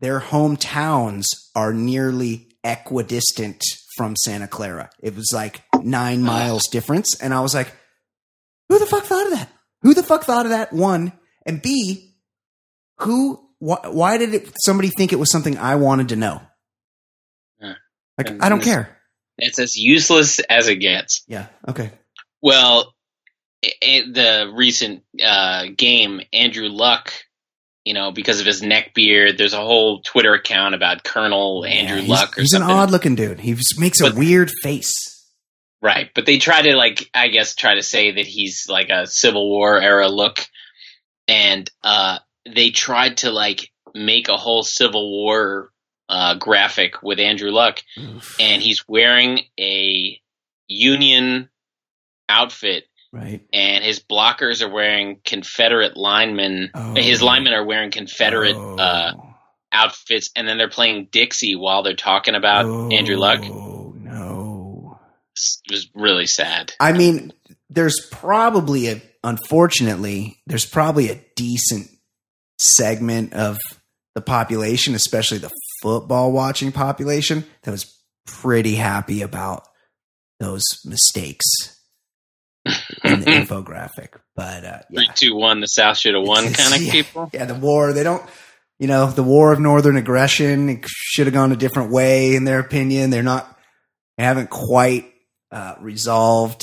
their hometowns are nearly equidistant from Santa Clara. It was like nine miles difference, and I was like, who the fuck thought of that? Who the fuck thought of that? One and B, who? Why, why did it, somebody think it was something I wanted to know? Yeah. Like And- I don't and this- care. it's as useless as it gets. Yeah. Okay. Well, i i the recent uh, game, Andrew Luck. You know, because of his neck beard, there's a whole Twitter account about Colonel Andrew Yeah, he's- Luck or he's something. an odd looking dude. He just makes a But- weird face. Right, but they try to like I guess try to say that he's like a Civil War era look, and uh, they tried to like make a whole Civil War uh, graphic with Andrew Luck, and he's wearing a Union outfit, Right. and his blockers are wearing Confederate linemen. Oh. His linemen are wearing Confederate Oh. uh, outfits, and then they're playing Dixie while they're talking about Andrew Luck. Oh no! It was really sad. I mean, there's probably a unfortunately, there's probably a decent segment of the population, especially the football watching population, that was pretty happy about those mistakes in the infographic. But uh, yeah, three, two, one. The South should have won, It's- kind of yeah. people. yeah, the war. They don't, you know, the war of northern aggression it should have gone a different way in their opinion. They're not, they haven't quite uh, resolved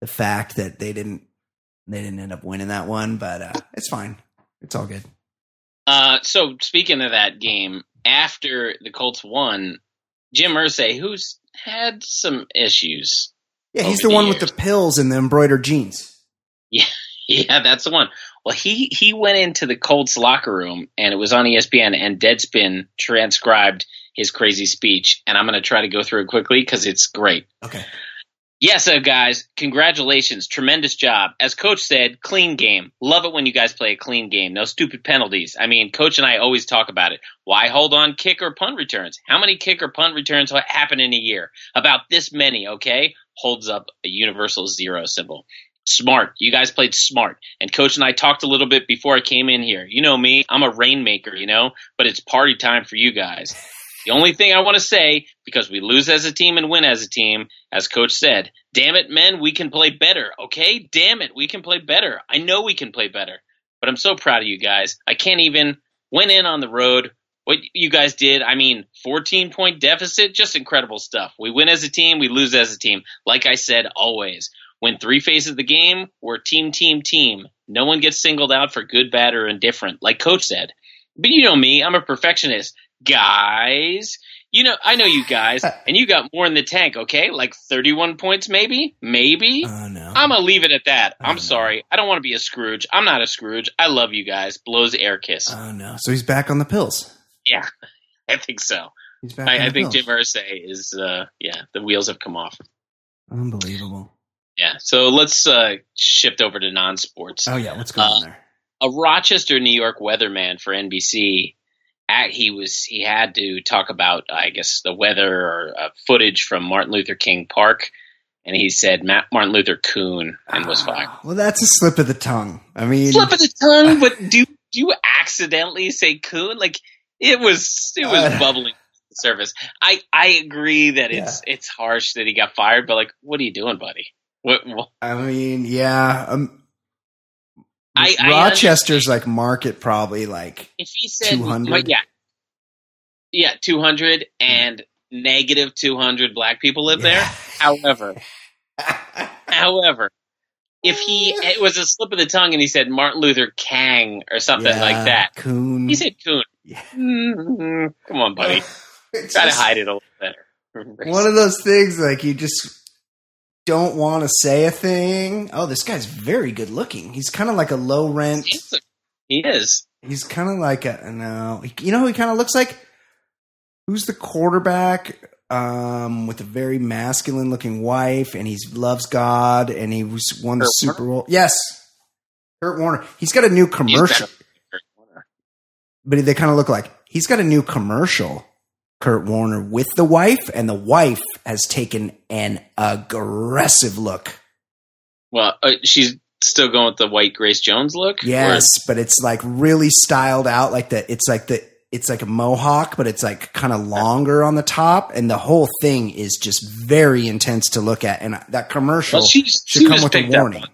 the fact that they didn't, they didn't end up winning that one. But uh, it's fine. It's all good. Uh, so speaking of that game, after the Colts won, Jim Irsay, who's had some issues, Yeah, he's Over the the one with years. the pills and the embroidered jeans. yeah, that's the one. Well, he he went into the Colts locker room, and it was on E ESPN, and Deadspin transcribed his crazy speech, and I'm going to try to go through it quickly because it's great. Okay. Yeah, so oh, guys, congratulations. Tremendous job. As coach said, clean game. Love it when you guys play a clean game. No stupid penalties. I mean, coach and I always talk about it. Why hold on kick or punt returns? How many kick or punt returns ha- happen in a year? About this many, okay? Holds up a universal zero symbol. Smart. You guys played smart. And coach and I talked a little bit before I came in here. You know me, I'm a rainmaker, you know, but it's party time for you guys. The only thing I want to say, because we lose as a team and win as a team, as coach said, damn it, men, we can play better, okay? Damn it, we can play better. I know we can play better, but I'm so proud of you guys. I can't even went in on the road. What you guys did, I mean, 14 point deficit, just incredible stuff. We win as a team, we lose as a team. Like I said, always. When three phases of the game, we're team, team, team. No one gets singled out for good, bad, or indifferent, like coach said. But you know me, I'm a perfectionist. Guys, You know, I know you guys, and you got more in the tank. Okay, like thirty-one points, maybe, maybe. Oh no. I'm gonna leave it at that. I I'm know. sorry. I don't want to be a Scrooge. I'm not a Scrooge. I love you guys. Blows air kiss. oh no. So he's back on the pills. yeah, I think so. He's back. on I, I the think Jim pills. Irsay is. Uh, yeah, the wheels have come off. Unbelievable. Yeah. So let's uh, shift over to non-sports. Oh yeah, what's going Uh, on there? a Rochester, New York weatherman for NBC. At, he was he had to talk about I guess the weather or uh, footage from Martin Luther King Park, and he said Ma Martin Luther Coon and was Ah, fired. Well, that's a slip of the tongue. I mean, Flip of the tongue, but do do you accidentally say Coon? Like it was it was Uh. bubbling to the surface. I I agree that it's it's harsh that he got fired, but like what are you doing, buddy? What, what I mean, yeah. Um, I- I Rochester's like market probably like if he said 200? Like, yeah yeah 200 and negative 200 black people live there however however if he it was a slip of the tongue and he said martin luther kang or something like that Coon. he said coon Yeah. Mm, come on buddy It's try to just hide it a little better One of those things like you just don't want to say a thing. Oh, this guy's very good looking. He's kind of like a low rent. he is He's kind of like a no. You know who he kind of looks like? Who's the quarterback um, with a very masculine looking wife, and he loves God, and he was won the Kurt Super Bowl. Yes, Kurt Warner. He's got a new He's commercial, better. but they kind of look like he's got a new commercial. Kurt Warner with the wife, and the wife has taken an aggressive look. well uh, she's still going with the white grace jones look Yes, but it's like really styled out like the it's like the it's like a mohawk, but it's like kind of longer on the top, and the whole thing is just very intense to look at. And that Or- commercial well, she's, should she come was with a picked up warning.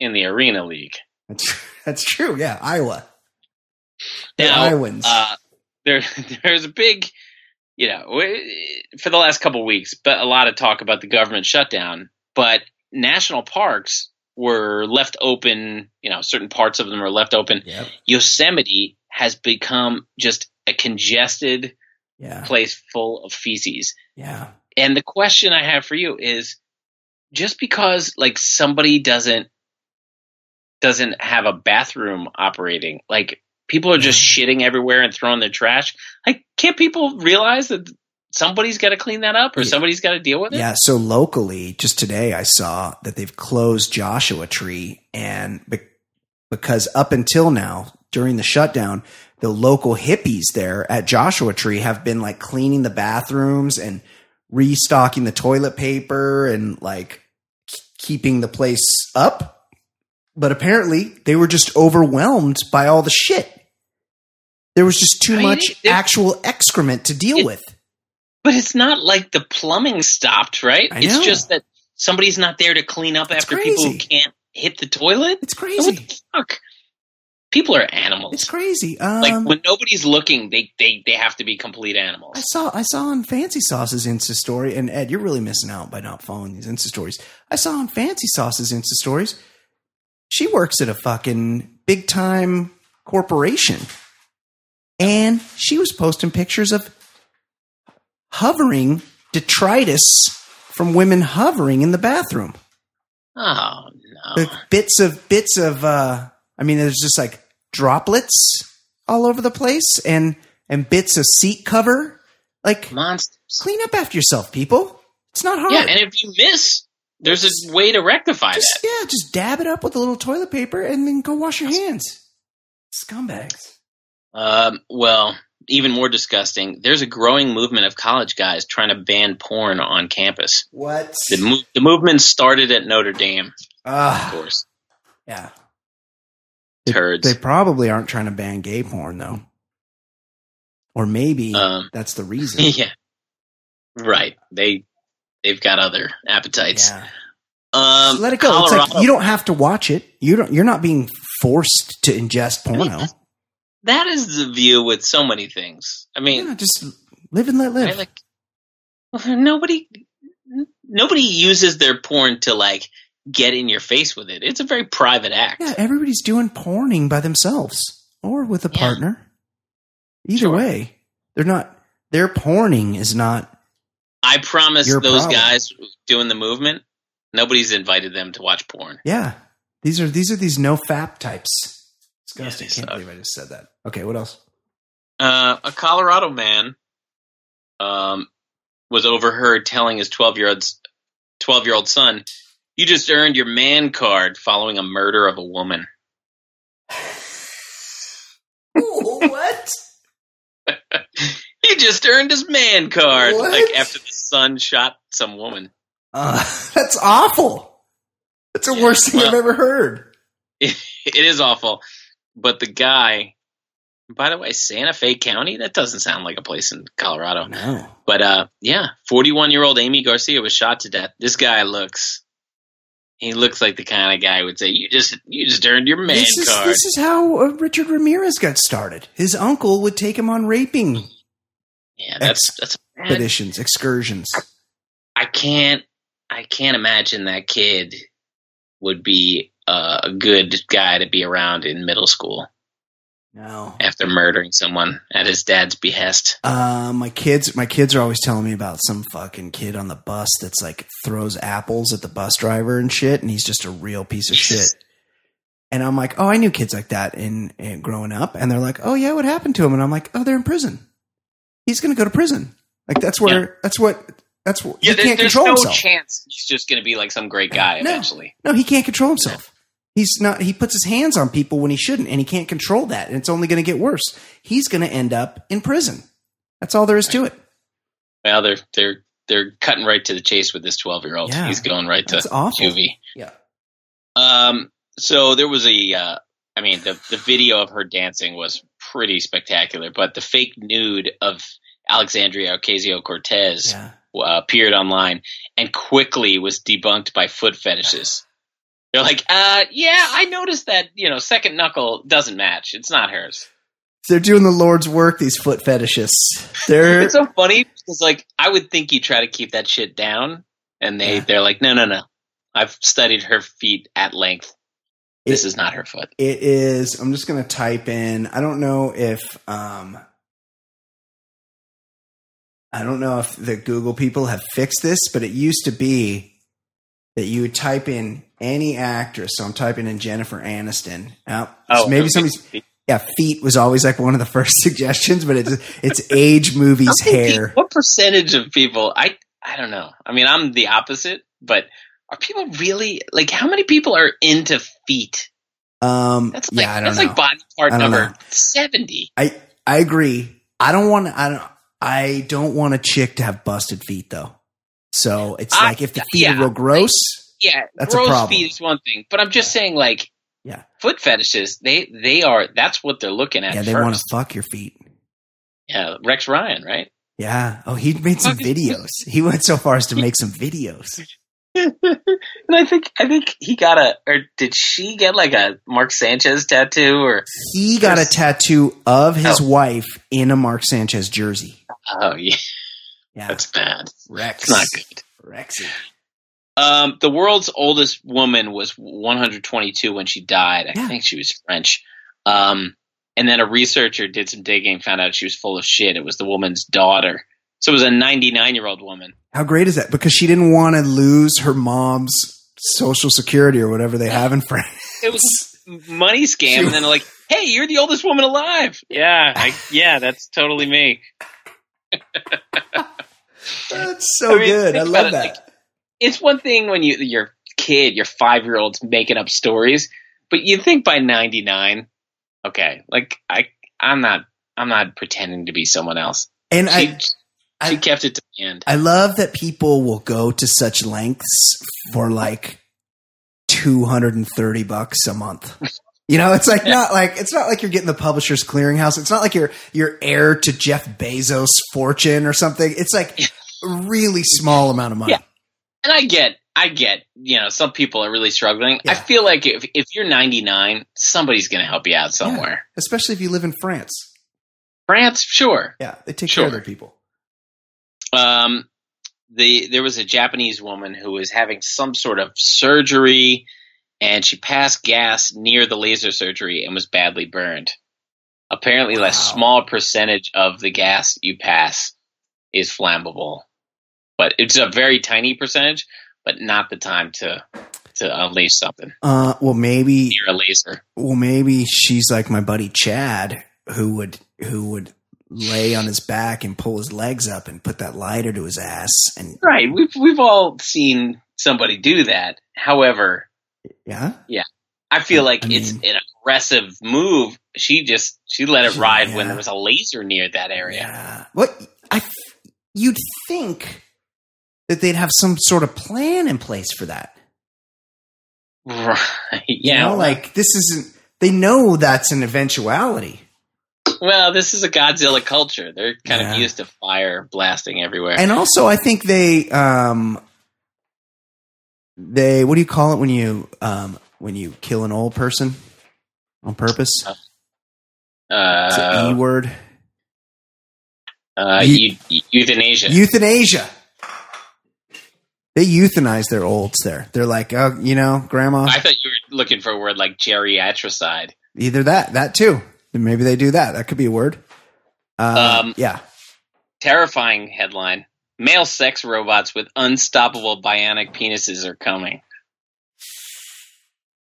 in the arena league That's that's true. Yeah, Iowa. The Now, Iowans. Uh, there, there's a big, you know, w- for the last couple of weeks, but a lot of talk about the government shutdown. But national parks were left open. You know, certain parts of them are left open. Yep. Yosemite has become just a congested yeah, place full of feces. yeah, And the question I have for you is, just because like somebody doesn't doesn't have a bathroom operating, like people are just Mm-hmm. shitting everywhere and throwing their trash. Like, can't people realize that somebody's got to clean that up or Yeah. somebody's got to deal with it? yeah. So locally, just today, I saw that they've closed Joshua Tree, and be- because up until now, during the shutdown, the local hippies there at Joshua Tree have been like cleaning the bathrooms and restocking the toilet paper and like k- keeping the place up. But apparently, they were just overwhelmed by all the shit. There was just too I mean, much it- actual excrement to deal it- with. But it's not like the plumbing stopped, right? I know. It's just that somebody's not there to clean up It's after people who crazy. can't hit the toilet. It's What crazy. the fuck? People are animals. It's crazy. Um, like when nobody's looking, they, they they have to be complete I animals. saw I saw on Fancy Sauce's Insta story, and Ed, you're really missing out by not following these Insta stories. I saw on Fancy Sauce's Insta stories, she works at a fucking big time corporation, and she was posting pictures of hovering detritus from women hovering in the bathroom. Oh no! The bits of bits of uh, I mean, there's just like droplets all over the place, and and bits of seat cover, like monsters. clean up after yourself, people. It's not hard. Yeah, and if you miss, there's a way to rectify just, that. yeah, just dab it up with a little toilet paper and then go wash your hands. Scumbags. Um, well, even more disgusting, there's a growing movement of college guys trying to ban porn on campus. What? The, mov- the movement started at Notre Dame, of Ah, course. yeah. Turds. They probably aren't trying to ban gay porn though, or maybe Um, that's the reason. yeah, right. They they've got other appetites. yeah. Um, Just let it go. It's Colorado- like you don't have to watch it. You don't. You're not being forced to ingest porno. that is the view with so many things. I mean, Yeah, just live and let live. Right? Like nobody, nobody uses their porn to like get in your face with it. It's a very private act. Yeah, everybody's doing porning by themselves or with a Yeah. partner. Either way, they're not Their porning is not. I promise Your those problem. guys doing the movement, nobody's invited them to watch porn. Yeah, these are these are these no fap types. Disgusting. Yeah, they Can't suck. believe I just said that. Okay, what else? Uh, a Colorado man um, was overheard telling his 12 year old's 12 year old son, "You just earned your man card following a murder of a woman." what? He just earned his man card, What? like after the son shot some woman. Uh, that's awful. That's the worst thing I've Well- ever heard. It is awful, but the guy. By the way, Santa Fe County? That doesn't sound like a place in Colorado. No. But uh, yeah, 41 year old Amy Garcia was shot to death. This guy looks, he looks like the kind of guy who would say, "You just, you just earned your man this is card." this is how uh, Richard Ramirez got started. His uncle would take him on raping yeah, that's that's. bad. expeditions, excursions. I can't, I can't imagine that kid would be uh, a good guy to be around in middle school No. after murdering someone at his dad's behest. Uh, my kids, my kids are always telling me about some fucking kid on the bus that's like throws apples at the bus driver and shit, and he's just a real piece of shit. And I'm like, oh, I knew kids like that in, in growing up, and they're like, oh yeah, what happened to him? And I'm like, oh, they're in prison. He's gonna go to prison. Like that's where Yeah. that's what that's what Yeah, he there- can't there's control no himself. chance he's just going to be like some great guy No. eventually. No, he can't control himself. He's not. He puts his hands on people when he shouldn't, and he can't control that. And it's only going to get worse. He's going to end up in prison. That's all there is to it. Well, they're they're they're cutting right to the chase with this 12 year old. Yeah. He's going right to That's awful. juvie. Yeah. Um. So there was a. Uh, I mean, the the video of her dancing was pretty spectacular, but the fake nude of Alexandria Ocasio Cortez Yeah. uh, appeared online and quickly was debunked by foot fetishes. They're like, uh, yeah, I noticed that. You know, second knuckle doesn't match. It's not hers. They're doing the Lord's work. These foot fetishists. They're It's so funny because, like, I would think you try to keep that shit down, and they Yeah. they're like, no, no, no. I've studied her feet at length. This It- is not her foot. It is. I'm just going to type in. I don't know if. Um, I don't know if the Google people have fixed this, but it used to be that you would type in any actress. So I'm typing in Jennifer Aniston. Oh, so maybe okay. somebody's. Yeah, feet was always like one of the first suggestions, but it's it's age movies I'm thinking, hair. What percentage of people? I I don't know. I mean, I'm the opposite, but are people really like how many people are into feet? Um, That's like yeah, I don't that's know. like body part I don't number know. seventy. I I agree. I don't want. I don't. I don't want a chick to have busted feet though. So it's I- like if the feet yeah. are real gross. Yeah, That's a gross problem. feet is one thing, but I'm just saying like Yeah. foot fetishes. They they are that's what they're looking at. yeah, they first. want to fuck your feet. Yeah, Rex Ryan, right? Yeah. Oh, he made some Fuck. videos. He went so far as to make some videos. And I think I think he got a or did she get like a Mark Sanchez tattoo or He got a There's- tattoo of his Oh. wife in a Mark Sanchez jersey. oh yeah, Yeah. that's bad. Rex. It's not good. Rexy. Um, the world's oldest woman was 122 when she died. I Yeah. think she was French. Um, and then a researcher did some digging, found out she was full of shit. It was the woman's daughter. So it was a 99 year old woman. How great is that? Because she didn't want to lose her mom's social security or whatever they have in France. It was a money scam. And then they're like, hey, you're the oldest woman alive. Yeah, I, yeah, that's totally me. That's so I mean, good. think I about love it, that. like, it's one thing when you your kid, your five year old's making up stories, but you think by ninety nine, okay, like I I'm not I'm not pretending to be someone else. and She, I, she I- kept it to the end. I love that people will go to such lengths for like 230 bucks a month. You know, it's like not like it's not like you're getting the publisher's clearinghouse. It's not like you're you're heir to Jeff Bezos' fortune or something. It's like a really small amount of money. Yeah. And I get I get, you know, some people are really struggling. I Yeah. feel like if if you're ninety nine, somebody's gonna help you out somewhere. Especially if you live in France. France, sure. Yeah, they take Sure. care of their people. um, the there was a Japanese woman who was having some sort of surgery, and she passed gas near the laser surgery and was badly burned. Apparently, a Wow. small percentage of the gas you pass is flammable, but it's a very tiny percentage, but not the time to to unleash something Uh, well, maybe, near a laser. well, maybe she's like my buddy Chad, who would who would lay on his back and pull his legs up and put that lighter to his ass, and Right? We've we've all seen somebody do that. However, yeah, I feel like I it's mean- an aggressive move. She just she let it Yeah. ride when there was a laser near that area. yeah. What I, f- you'd think that they'd have some sort of plan in place for that. Right. You Yeah. know, like this isn't. They know that's an eventuality. well, this is a Godzilla culture. They're kind Yeah. of used to fire blasting everywhere. and also I think they um they what do you call it when you um when you kill an old person on purpose? It's an E uh, word. uh, eu- eu- euthanasia. Euthanasia. They euthanize their olds there. They're like, oh, you know, grandma. I thought you were looking for a word like geriatricide. Either that, that too. Then Maybe they do that. That could be a word. Uh, Um, yeah. Terrifying headline. Male sex robots with unstoppable bionic penises are coming.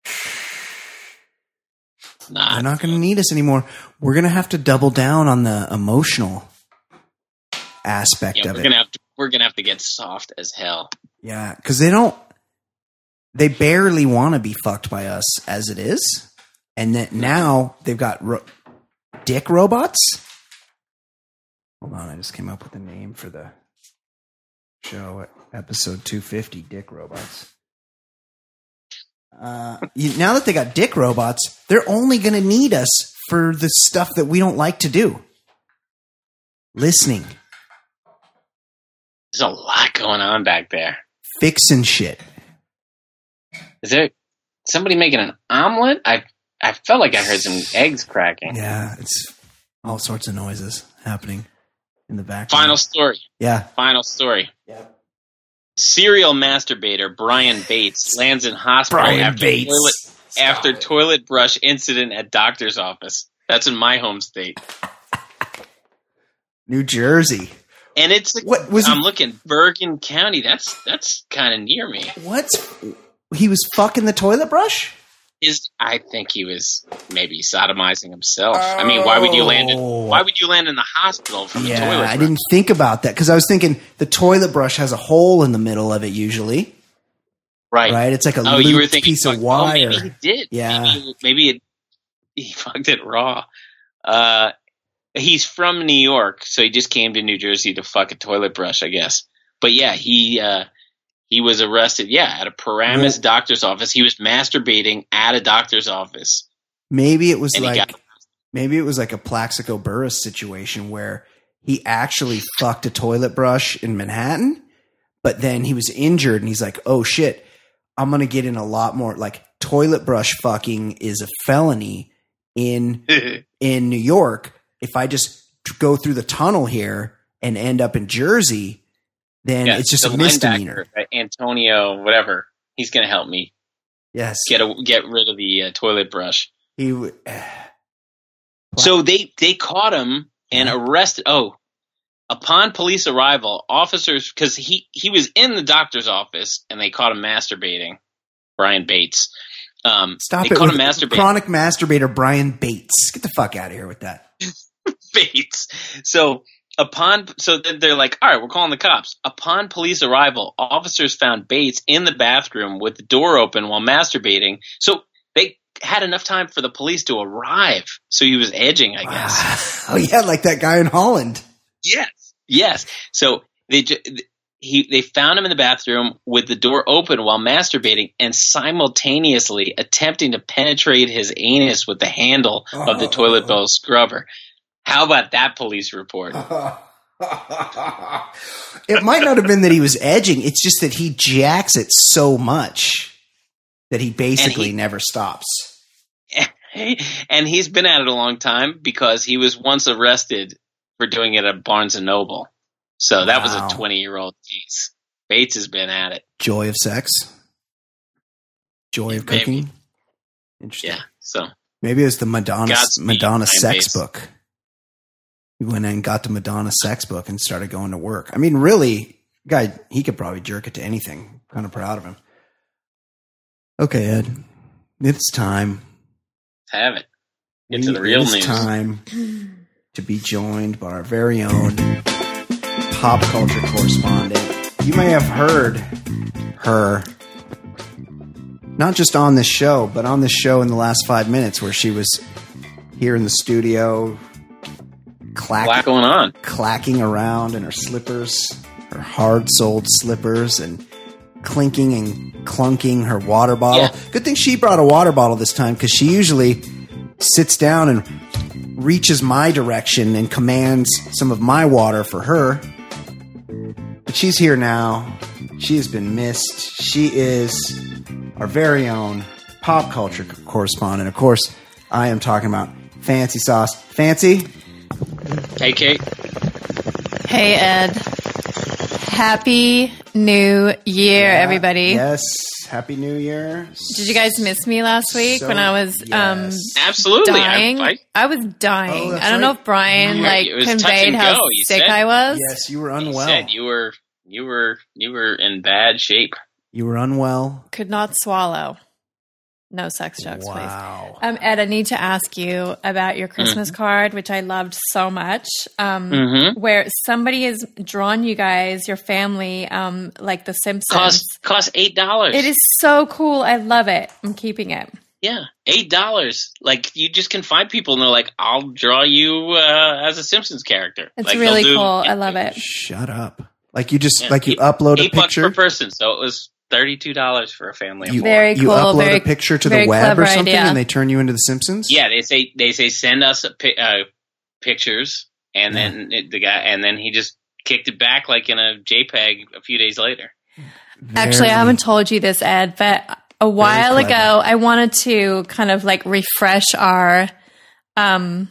They're Nah. not going to need us anymore. We're going to have to double down on the emotional aspect Yeah, of we're it. gonna have to we're gonna have to get soft as hell. Yeah, because they don't. They barely want to be fucked by us as it is, and that now they've got ro- dick robots. Hold on, I just came up with a name for the show episode two fifty. Dick robots. Uh, you, now that they got dick robots, they're only going to need us for the stuff that we don't like to do. Listening, There's a lot going on back there. fixing shit. Is there somebody making an omelet? I I felt like I heard some eggs cracking. Yeah, it's all sorts of noises happening in the background. Final story. Yeah. Final story. Serial masturbator Brian Bates lands in hospital after toilet after toilet brush incident at doctor's office. That's in my home state, New Jersey. and it's What was I'm he, looking Bergen County. That's that's kind of near me. what? He was fucking the toilet brush? Is I think he was maybe sodomizing himself. I mean, why would you land? In, Oh. why would you land in the hospital from a Yeah, toilet? I brush? didn't think about that because I was thinking the toilet brush has a hole in the middle of it usually, right. right? It's like a Oh, you were looped thinking piece of fuck, Oh, wire. maybe he did. Yeah. Maybe, maybe it, he fucked it raw. Uh, he's from New York, so he just came to New Jersey to fuck a toilet brush, I guess. But yeah, he uh, he was arrested. Yeah, at a Paramus Well- doctor's office. He was masturbating at a doctor's office. Maybe it was And he like got- maybe it was like a Plaxico Burris situation where he actually fucked a toilet brush in Manhattan, but then he was injured and he's like, "Oh shit, I'm going to get in a lot more like toilet brush fucking is a felony in in New York. If I just go through the tunnel here and end up in Jersey, then Yeah, it's just the a misdemeanor." linebacker, uh, Antonio, whatever. He's gonna help me Yes. get a, get rid of the uh, toilet brush. He w- Wow. So they they caught him and arrested. Oh, upon police arrival, officers because he he was in the doctor's office and they caught him masturbating. Brian Bates. Um, Stop they it caught with him masturbating. chronic masturbator Brian Bates. Get the fuck out of here with that. Bates. So upon so then they're like, all right, we're calling the cops. Upon police arrival, officers found Bates in the bathroom with the door open while masturbating. So they had enough time for the police to arrive. So he was edging, I guess. oh yeah, like that guy in Holland. Yes. Yes. So they ju- th- he they found him in the bathroom with the door open while masturbating and simultaneously attempting to penetrate his anus with the handle of the Oh. toilet bowl scrubber. How about that police Oh. report? it might not have been that he was edging. It's just that he jacks it so much that he basically And he- never stops. and he's been at it a long time because he was once arrested for doing it at Barnes and Noble. So that was Wow. a 20 year old case. Bates has been at it. Joy of sex, joy of Maybe. cooking. Interesting. Yeah. So Maybe it was the Madonna Godspeed, Madonna Brian sex Bates. book. He went in and got the Madonna sex book and started going to work. I mean, really, guy, he could probably jerk it to anything. Kind of proud of him. Okay, Ed, it's time. Have it. Get We- to the real it's news. time to be joined by our very own pop culture correspondent. You may have heard her not just on this show, but on this show in the last five minutes where she was here in the studio clacking lot going on. clacking around in her slippers, her hard soled slippers, and clinking and clunking her water bottle. Yeah. Good thing she brought a water bottle this time because she usually sits down and reaches my direction and commands some of my water for her. But she's here now. She has been missed. She is our very own pop culture c- correspondent. Of course, I am talking about Fancy Sauce. Fancy? Hey, Kate. Hey, Ed. Happy New Year, everybody. Yes. Happy New Year. Did you guys miss me last week So- when I was um, yes. Absolutely. dying? I, I, I, was dying. Oh, that's I don't know right. if Brian Yeah, like it was touch conveyed and how go. You sick said- I was. Yes, you were he unwell. said you were you were you were in bad shape. you were unwell. Could not swallow. No sex jokes, please. wow. Um, Ed, I need to ask you about your Christmas card, which I loved so much. Um, Mm-hmm. Where somebody has drawn you guys, your family, um, like The Simpsons. Cost cost eight dollars. It is so cool. I love it. I'm keeping it. yeah eight dollars. Like you just can find people and they're like, I'll draw you uh, as a Simpsons character. It's Like, they'll really do- cool. I love it. Shut up. Like you just Yeah, like you eight- upload a Eight bucks picture. per person, so it was thirty two dollars for a family. of You, four. Very you cool, upload very- a picture to the very web or clever something, idea. and they turn you into the Simpsons. Yeah, they say they say send us a pi- uh, pictures, and then it, the guy, and then he just kicked it back like in a JPEG a few days later. Actually, I Very- haven't told you this, Ed, but a while clever. ago, I wanted to kind of like refresh our um,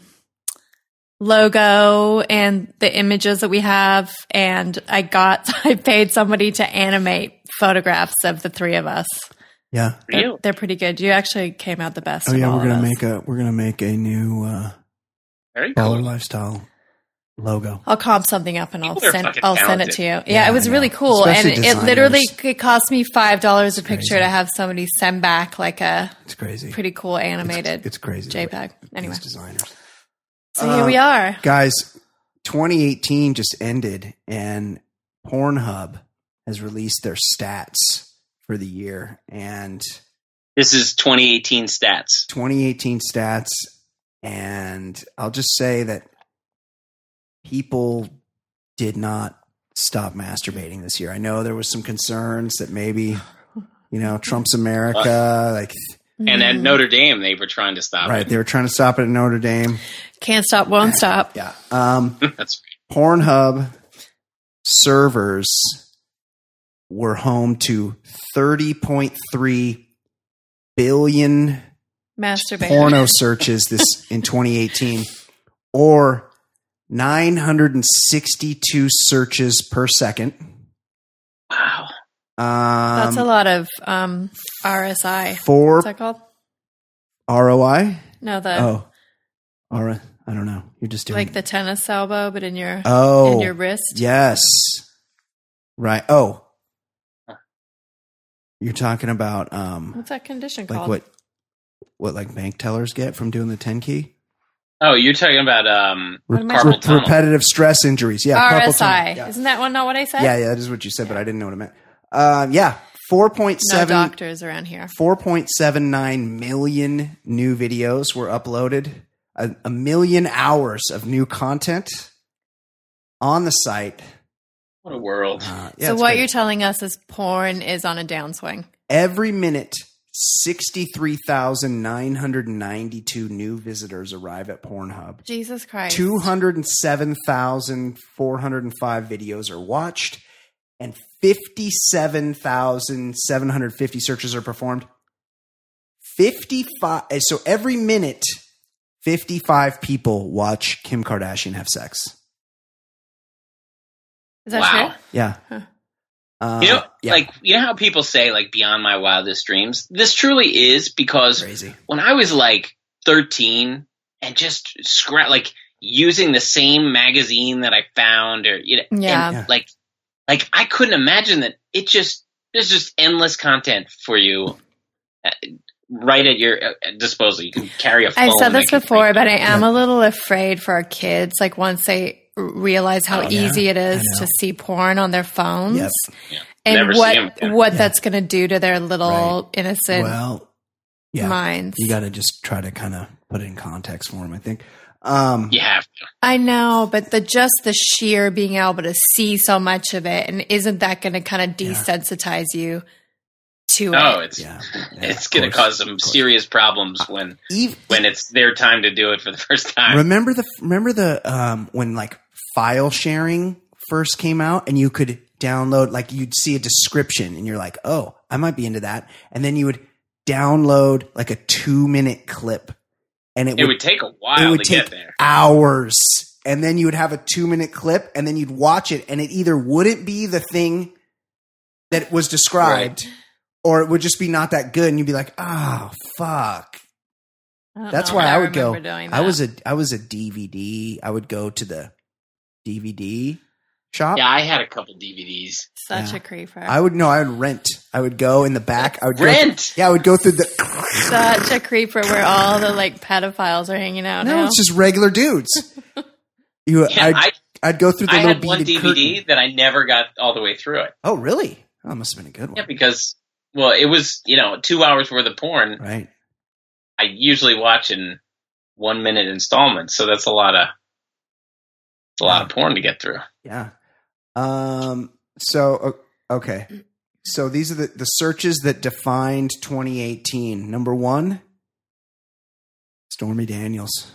logo and the images that we have. And I got, I paid somebody to animate photographs of the three of us. Yeah. They're, Real. they're pretty good. You actually came out the best. Oh of yeah, all we're of gonna us. make a we're gonna make a new uh, Very baller cool. lifestyle logo. I'll comp something up and I'll People are send fucking I'll send it talented. to you. Yeah, Yeah, it was I really know. cool, Especially and it literally designers. it cost me five dollars a picture crazy. to have somebody send back like a It's crazy. pretty cool animmated It's uh, crazy. JPEG. Anyway, These designers. so here we are. guys 2018 just ended and pornhub has released their stats for the year and This is 2018 stats. 2018 stats and i'll just say that people did not stop masturbating this year i know there was some concerns that maybe you know trump's america like And at Mm. Notre Dame, they were trying to stop right it. they were trying to stop it at notre dame can't stop, won't stop. yeah um That's Pornhub servers were home to 30.3 billion Masturbate. porno searches this in 2018 or 962 searches per second. wow. Um, That's a lot of um, RSI. For What's that called? ROI? No, the Oh, all right. I don't know. You're just doing like the tennis elbow, but in your oh in your wrist. Yes. Right. Oh. You're talking about um What's that condition like called? what what like bank tellers get from doing the 10 key? Oh, you're talking about um. What am I- Carpal tunnel. repetitive stress injuries. Yeah, carpal RSI. tunnel. Yeah. Isn't that one not what I said? yeah, yeah, that is what you said, but I didn't know what it meant. Um yeah, 4.7 No doctors around here. 4.79 million new videos were uploaded, a, a million hours of new content on the site. What a world. Uh, yeah, so it's what crazy. you're telling us is porn is on a downswing. Every minute, 63,992 new visitors arrive at Pornhub. Jesus Christ. 207,405 videos are watched, and 57,750 searches are performed. 55, so every minute, 55 people watch Kim Kardashian have sex. Is that Wow. true? Yeah. Huh. Uh, You know, yeah, like you know how people say like beyond my wildest dreams. This truly is because crazy. when I was like 13 and just scratch, like using the same magazine that I found, or you know, and, Yeah. like, like I couldn't imagine that. It just there's just endless content for you, uh, right at your uh, disposal. You can carry a phone. I've said that this can- before, but I am a little afraid for our kids. Like once they r- realize how Oh, yeah. easy it is I know. to see porn on their phones Yep. Yeah. and Never see 'em what again. what Yeah. that's going to do to their little innocent well, yeah, minds. you got to just try to kind of put it in context for him. I think. Um, you have I know, but the just the sheer being able to see so much of it, and isn't that going to kind of Yeah. desensitize you to oh, it? it's Yeah, it's going to cause some serious problems when Even, when it's their time to do it for the first time. remember the remember the um when like file sharing first came out and you could download like you'd see a description and you're like oh i might be into that and then you would download like a two minute clip and it, It would, would take a while would to get take there. hours and then you would have a two minute clip and then you'd watch it and it either wouldn't be the thing that was described or it would just be not that good and you'd be like oh fuck I that's don't why know. I, would go. remember doing I that. was a I was a DVD. I would go to the DVD shop. Yeah, I had a couple DVDs. such yeah. a creeper. I would no. I would rent. I would go in the back. I would Go, Rent. yeah, I would go through the. such a creeper where all the like pedophiles are hanging out. No, now. it's just regular dudes. You, Yeah, I'd, I, I'd go through the I little had one DVD beaded curtain. that I never got all the way through it. Oh, really? Oh, must have been a good one, Yeah, because well, it was you know two hours worth of porn. right? I usually watch in one minute installments, so that's a lot of it's a lot of porn to get through. Yeah. Um. So o- okay. So these are the, the searches that defined 2018. Number one, Stormy Daniels.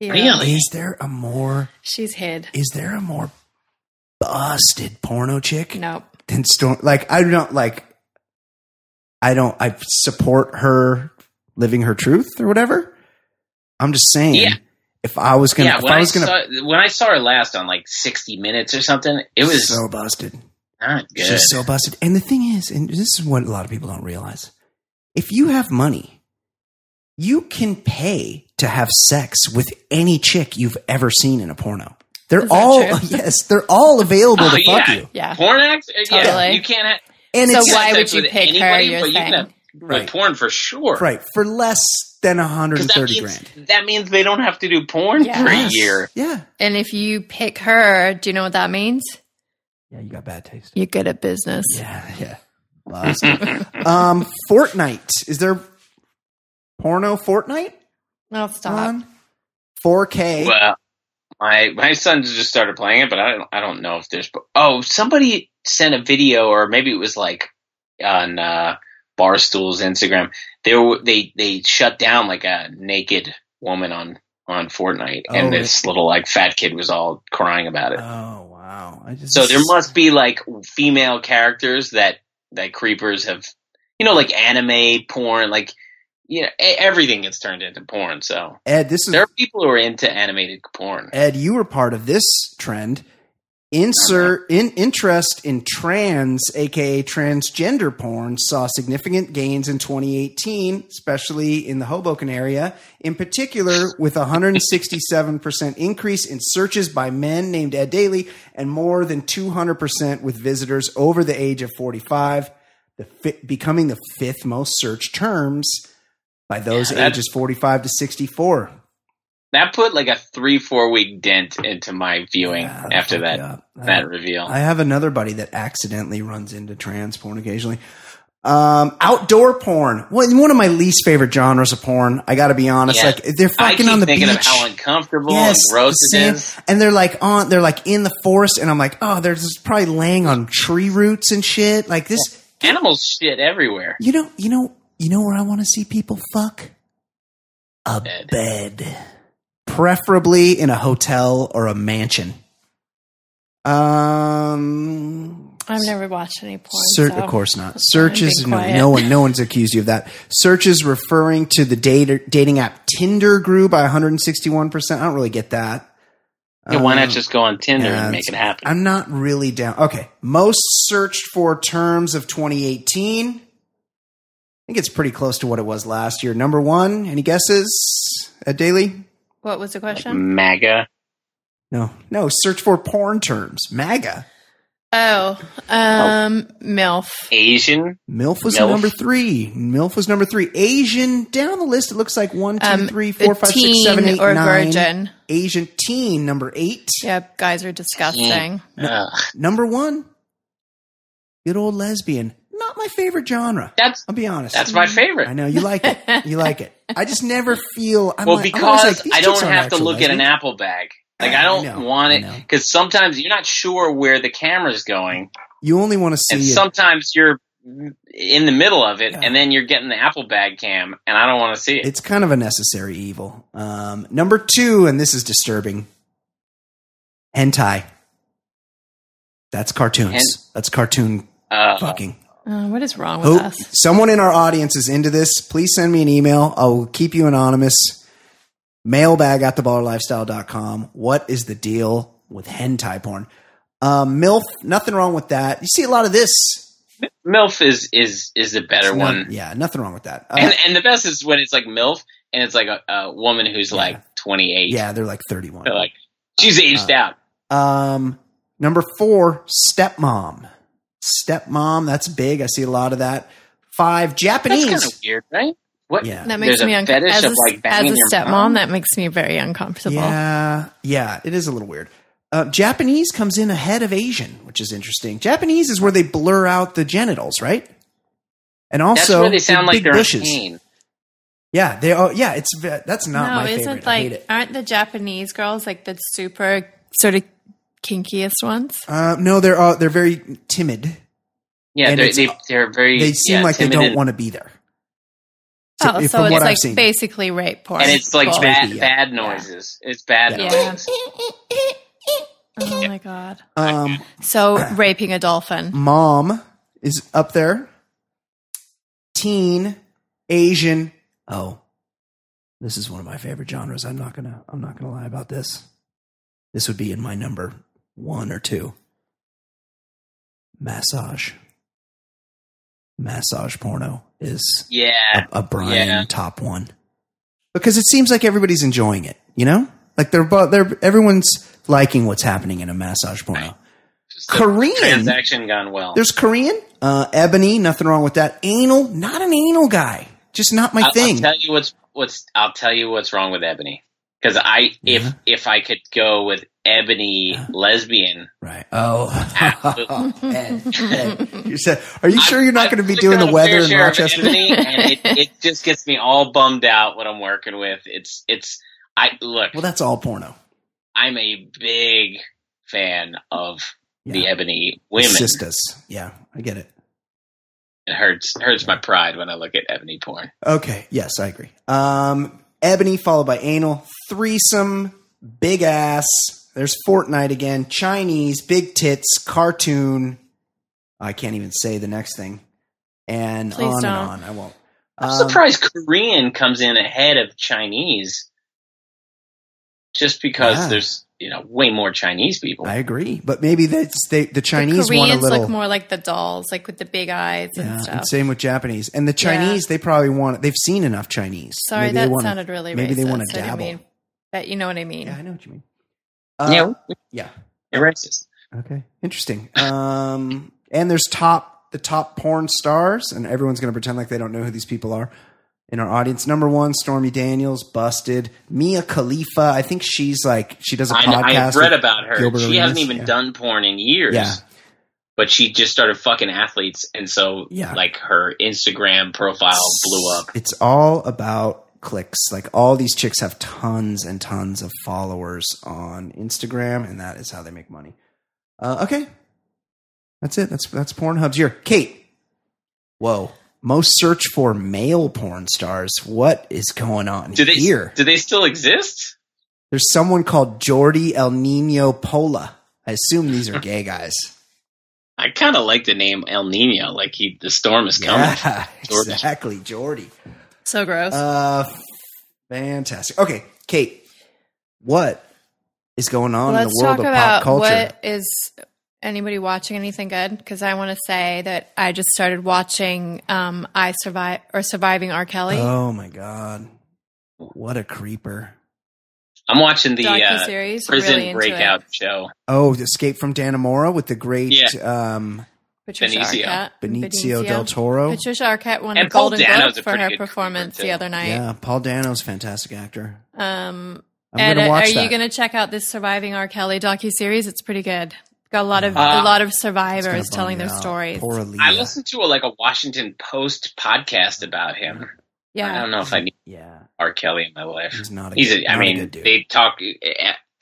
Yeah. Really? Is there a more She's hid. is there a more busted porno chick Nope. than Storm? Like I don't like I don't I support her living her truth or whatever. I'm just saying. Yeah. If I was gonna, yeah, if when I I, was gonna, saw when I saw her last on like sixty minutes or something, it was so busted. not good. She's so busted. And the thing is, and this is what a lot of people don't realize if you have money, you can pay to have sex with any chick you've ever seen in a porno. They're Is that all true? yes, they're all available Oh, to fuck yeah. you. Yeah. Porn acts? Yeah, Totally. you can't. Have, And So it's why would sex you with pick her? anybody, You're but you can saying. have- right, with porn for sure. right for less than 130 that means, grand. That means they don't have to do porn Yeah. for a Yes. year. Yeah. And if you pick her, do you know what that means? Yeah, you got bad taste. You're good at business. Yeah, yeah. Lost. um Fortnite. Is there porno Fortnite No, stop. on 4K? Well, my my son just started playing it, but I don't I don't know if there's. Oh, somebody sent a video, or maybe it was like on uh, Barstool's Instagram. They were, they they shut down like a naked woman on on Fortnite, Oh, and this little like fat kid was all crying about it. Oh wow! I just So there must be like female characters that that creepers have, you know, like anime porn, like you know, e- everything gets turned into porn. So Ed. This is there are people who are into animated porn. Ed. You were part of this trend. Insert in interest in trans, aka transgender porn, saw significant gains in 2018, especially in the Hoboken area. In particular, with a 167 percent increase in searches by men named Ed Daly, and more than 200 percent with visitors over the age of 45, the fi- becoming the fifth most searched terms by those Yeah, that- ages 45 to 64. That put like a three four week dent into my viewing Yeah, that'll after fuck that you up. I- that reveal. I have another buddy that accidentally runs into trans porn occasionally. Um, outdoor porn, one one of my least favorite genres of porn. I got to be honest, Yeah. like they're I fucking keep on the thinking beach. of how uncomfortable Yes, and gross the it sand- is. and they're like on, they're like in the forest, and I'm like, oh, they're just probably laying on tree roots and shit. Like this, Animals shit everywhere. you know, you know, you know where I want to see people fuck a Bed. bed, preferably in a hotel or a mansion. Um, I've never watched any porn. Search, so- of course not. that's fine, Searches, being no, quiet. no one, no one's accused you of that. Searches referring to the data, dating app Tinder grew by 161. percent I don't really get that. Yeah, why Um, not just go on Tinder yeah, and make it happen? I'm not really down. Okay, most searched for terms of 2018. I think it's pretty close to what it was last year. Number one, any guesses? At daily, What was the Like Mm. question? MAGA. No, no. Search for porn terms. MAGA. Oh, um, MILF. Asian. MILF was Milf. number three. MILF was number three. Asian down the list. It looks like one, two, Um, three, four, five, six, teen seven, eight, or nine. virgin. Asian teen number eight. Yep, guys are disgusting. Ugh. Number one. Good old lesbian. Not my favorite genre. That's I'll be honest. that's my favorite. I know you like it. You like it. I just never feel. I'm well, like, I'm always because like, these I don't chicks aren't have to actual look at an lesbians. apple bag. Like I I don't know, want I it know. because sometimes you're not sure where the camera's going, You only want to and see. it. sometimes you're in the middle of it, Yeah. and then you're getting the apple bag cam, and I don't want to see it. It's kind of a necessary evil. Um, number two, and this is disturbing. Hentai. That's cartoons. Hen- That's cartoon Uh, fucking. Uh, what is wrong with Who? us? Someone in our audience is into this. Please send me an email. I'll keep you anonymous. Mailbag at theballerlifestyle.com. What is the deal with hentai porn? Um, MILF, nothing wrong with that. You see a lot of this. Milf is is is the better No- one, yeah, nothing wrong with that. Uh, and and the best is when it's like Milf, and it's like a, a woman who's Yeah. like 28. yeah, they're like 31. They're like she's aged Uh, out. Um, number four, stepmom. Stepmom, that's big. I see a lot of that. Five, That's kind of Japanese. weird, right? What? Yeah. That makes There's a me uncomfortable. fetish As, a of, like, s- as banging a your stepmom, mom? that makes me very uncomfortable. Yeah, yeah, it is a little weird. Uh, Japanese comes in ahead of Asian, which is interesting. Japanese is where they blur out the genitals, right? And also, That's where they sound like big they're bushes. in pain. Yeah, they. Oh, yeah, it's ve- that's not no, my favorite. isn't I hate like it. aren't the Japanese girls like the super sort of kinkiest ones? Uh, no, they're uh, they're very timid. Yeah, And they're, it's- they, they're very. They seem yeah, like they timid don't and- want to be there. Oh, so from it's what I've like seen. basically rape porn, and it's like Cool. bad Yeah. bad noises. It's bad Yeah. noises. Oh my god! Um, So raping a Mm, dolphin. mom is up there. Teen, Asian. Oh, this is one of my favorite genres. I'm not gonna. I'm not gonna lie about this. This would be in my number one or two. Massage. Massage porno is Yeah, a, a Brian Yeah. top one because it seems like everybody's enjoying it. You know, like they're bo- they're everyone's liking what's happening in a massage porno. Just a Korean transaction gone well. there's Korean, uh, ebony, nothing wrong with that. Anal, not an anal guy, just not my I'll, I'll thing. tell you what's what's I'll tell you what's wrong with Ebony because I Yeah. if if I could go with Ebony lesbian, Right? Oh, Absolutely. Ed, Ed, you said, are you sure you're not I've going to be clicked doing on a the fair weather in share of Rochester? Ebony, and it, it just gets me all bummed out when I'm working with. It's it's I look. Well, that's all porno. I'm a big fan of the Yeah. Ebony women. Sisters. Yeah, I get it. It hurts hurts my pride when I look at Ebony porn. Okay. Yes, I agree. Um, ebony followed by anal, threesome, big ass. There's Fortnite again, Chinese, big tits, cartoon. I can't even say the next thing. And Please on don't. and on. I won't. I'm Um, surprised Korean comes in ahead of Chinese, just because Yeah. there's you know way more Chinese people. I agree, but maybe that's they, the Chinese the want a Koreans little. look more like the dolls, like with the big eyes and yeah, stuff. and same with Japanese and the Chinese. They probably want. They've seen enough Chinese. Sorry, Maybe they that wanna- sounded really maybe racist. they wanna I didn't dabble. mean- But you know what I mean. Yeah, I know what you mean. yeah, Uh, yeah. you're racist. Okay. Interesting. Um, and there's top the top porn stars, and everyone's going to pretend like they don't know who these people are in our audience. Number one, Stormy Daniels, busted. Mia Khalifa. I think she's like she does a I, podcast. I have read with about her. Gilbert she hasn't Arenas. even Yeah. done porn in years. Yeah. But she just started fucking athletes, and so Yeah. like her Instagram profile blew up. It's all about clicks. Like all these chicks have tons and tons of followers on Instagram, and that is how they make money. Uh, okay, that's it. That's that's Pornhub's year. Kate, whoa, most search for male porn stars. What is going on Do they here? do they still exist? There's someone called Jordi El Nino Pola. I assume these are gay guys. I kind of like the name El Nino. Like he, the storm is coming. Yeah, Jordi. exactly, Jordi. So gross. Uh, fantastic. Okay, Kate, what is going on in Let's the world talk of about pop culture? what is anybody watching anything good? Because I want to say that I just started watching um, I Survive or Surviving R. Kelly. Oh my god, what a creeper! I'm watching the docu uh, series. prison really into breakout It. show. Oh, the Escape from Danamora with the great um, Patricia Benicio. Arquette. Benicio, del Toro. Patricia Arquette won And a Paul Golden Globe Dano's a for pretty her good performance creator, the too. other night. Yeah, Paul Dano's a fantastic actor. Um, I'm Ed, gonna watch are that. you going to check out this Surviving R. Kelly docu series? It's pretty good. Got a lot of Uh, a lot of It's gonna survivors bum telling me their out. stories. Poor I Aaliyah. listened to a, like a Washington Post podcast about him. I Yeah, don't know if I need Yeah, R. Kelly in my life. he's not. A, He's a, I not a mean, good dude. they talk.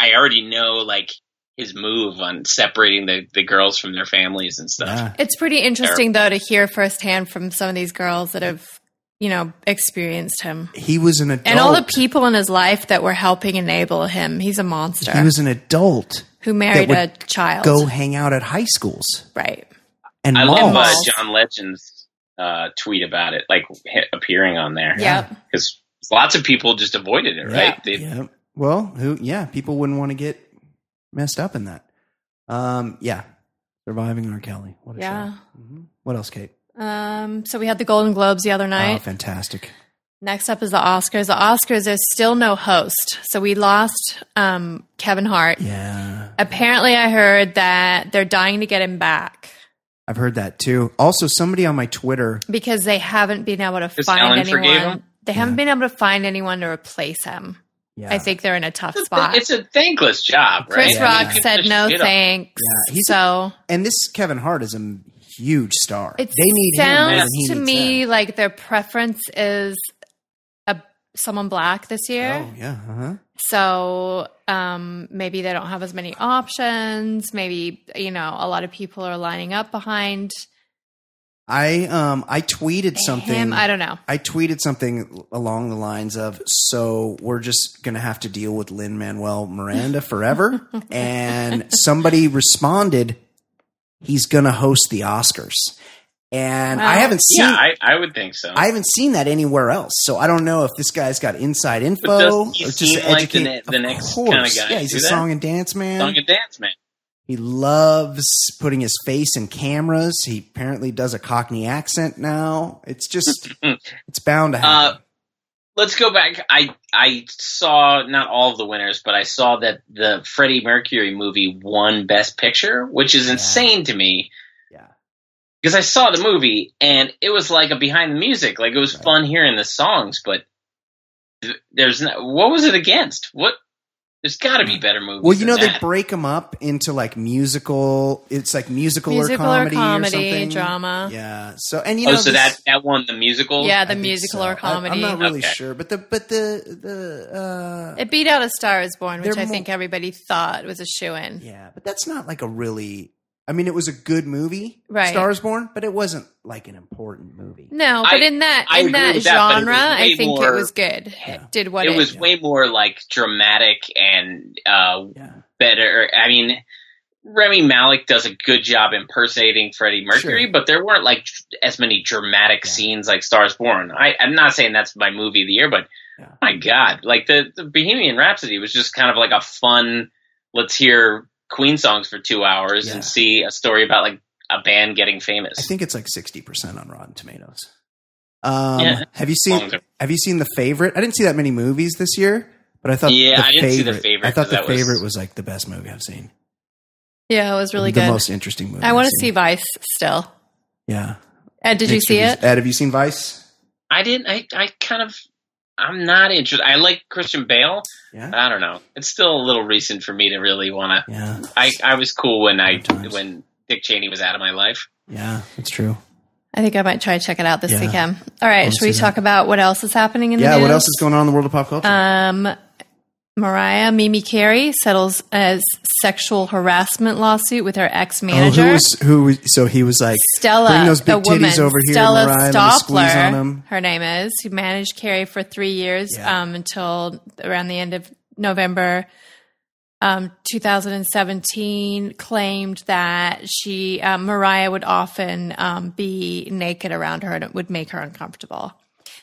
I already know like his move on separating the, the girls from their families and stuff. Yeah. it's pretty interesting though to hear firsthand from some of these girls that have you know experienced him He was an adult. and all the people in his life that were helping enable him. He's a monster he was an adult. who married that a child. Go hang out at high schools Right. and I love uh, malls. John Legend's uh, tweet about it, like hi- appearing on there. Yep. because lots of people just avoided it, right? They, Yeah. Well, who? Yeah, people wouldn't want to get messed up in that. Um. Yeah. Surviving R. Kelly. What a Yeah. show. hmm What else, Kate? Um, so we had the Golden Globes the other Oh, night. fantastic. Next up is the Oscars. The Oscars, there's still no host. So we lost um, Kevin Hart. Yeah. Apparently, I heard that they're dying to get him back I've heard that too. Also, somebody on my Twitter. because they haven't been able to Because find Ellen forgave anyone. him? They haven't been able to find anyone to replace him. Yeah. I think they're in a tough It's a- spot. It's a thankless job, right? Chris Yeah. Rock I mean, said people no shit on- thanks. Yeah, he's- so And this Kevin Hart is a m- huge star. It they need him more sounds than he to needs me them. like their preference is a someone black this year. Oh yeah. Uh-huh. So um, maybe they don't have as many options. Maybe you know a lot of people are lining up behind I um I tweeted something. him. I don't know. I tweeted something along the lines of, "So we're just gonna have to deal with Lin Manuel Miranda forever." and somebody responded, "He's gonna host the Oscars," and I Wow. haven't seen Yeah, I, I would think so. I haven't seen that anywhere else, so I don't know if this guy's got inside info. But doesn't he or just seem to like the educate- ne- the Of next course. kinda guy Yeah, to he's do a that? song and dance man. Song and dance man. he loves putting his face in cameras. He apparently does a Cockney accent now. It's just, it's bound Uh, to happen. Let's go back. I I saw not all of the winners, but I saw that the Freddie Mercury movie won Best Picture, which is Yeah. insane to me. Yeah. Because I saw the movie and it was like a behind the music. Like it was Right. fun hearing the songs, but th- there's no, what was it against? What there's got to be better movies. well, you know, than they that. break him up into like musical, it's like musical, Musical or comedy, or comedy, something. drama. Yeah, Yeah. So, and you know, oh, so this- that that won the musical. the I think musical so. or comedy. I, am not really Okay. sure, but the, but the, the, uh, it beat out A Star Is Born, which They're I think more- everybody thought was a shoe in. Yeah, but that's not like a really. I mean, it was a good movie, Right. Stars Born, but it wasn't like an important movie. No, I- but in that I in agree that with that, but it genre, was way I think more- it was good. Yeah. It did what it it, was yeah. way more like dramatic and uh, Yeah, better. I mean, Remy Malik does a good job impersonating Freddie Mercury, Sure. but there weren't like dr- as many dramatic Yeah. scenes like Stars Born. I, I'm not saying that's my movie of the year, but Yeah. my God, like the, the Bohemian Rhapsody was just kind of like a fun. Let's hear Queen songs for two hours Yeah. and see a story about like a band getting famous. I think it's like sixty percent on Rotten Tomatoes. Um, Yeah. Have you seen Longer. Have you seen the favorite? I didn't see that many movies this year, but I thought Yeah, the I didn't see The Favorite, I thought 'cause the that was- favorite was... like the best movie I've seen. Yeah, it was really the good. most interesting movie. I want I've to see seen. Vice still. Yeah, Ed, did you Nick, see have it? Ed, have you seen Vice? I didn't. I, I kind of. I'm not interested. I like Christian Bale. Yeah. I don't know. It's still a little recent for me to really want to. Yeah, I I was cool when I Sometimes. when Dick Cheney was out of my life. yeah, that's true. I think I might try to check it out this Yeah. weekend. All right, Wanna should we see that. talk about what else is happening in the Yeah, news? what else is going on in the world of pop culture? Um, Mariah Mimi Carey settles as sexual harassment lawsuit with her ex oh, manager. who was who? Was, so he was like, Stella, Bring those big a woman, titties over here, Stella Mariah. Let me squeeze on 'em. Stopler, her name is, who managed Carey for three years Yeah. um, until around the end of November um, 2017, claimed that she, um, Mariah would often um, be naked around her and it would make her uncomfortable.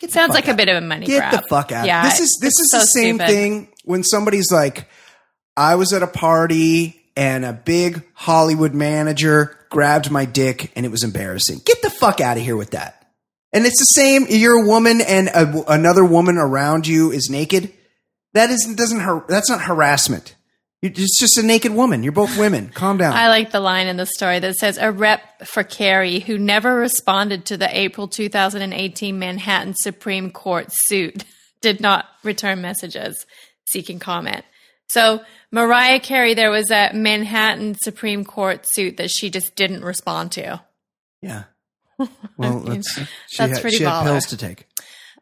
It sounds like a bit of a money Get grab. the fuck out. Yeah, this is this it's is so the same stupid. thing when somebody's like, I was at a party and a big Hollywood manager grabbed my dick and it was embarrassing. Get the fuck out of here with that. And it's the same. You're a woman and a, another woman around you is naked. That isn't doesn't har- that's not harassment. You- It's just a naked woman. You're both women. Calm down. I like the line in the story that says a rep for Kerry who never responded to the April 2018 Manhattan Supreme Court suit did not return messages seeking comment. So, Mariah Carey, there was a Manhattan Supreme Court suit that she just didn't respond to. yeah. Well, that's, she that's had, pretty she had baller. pills to take.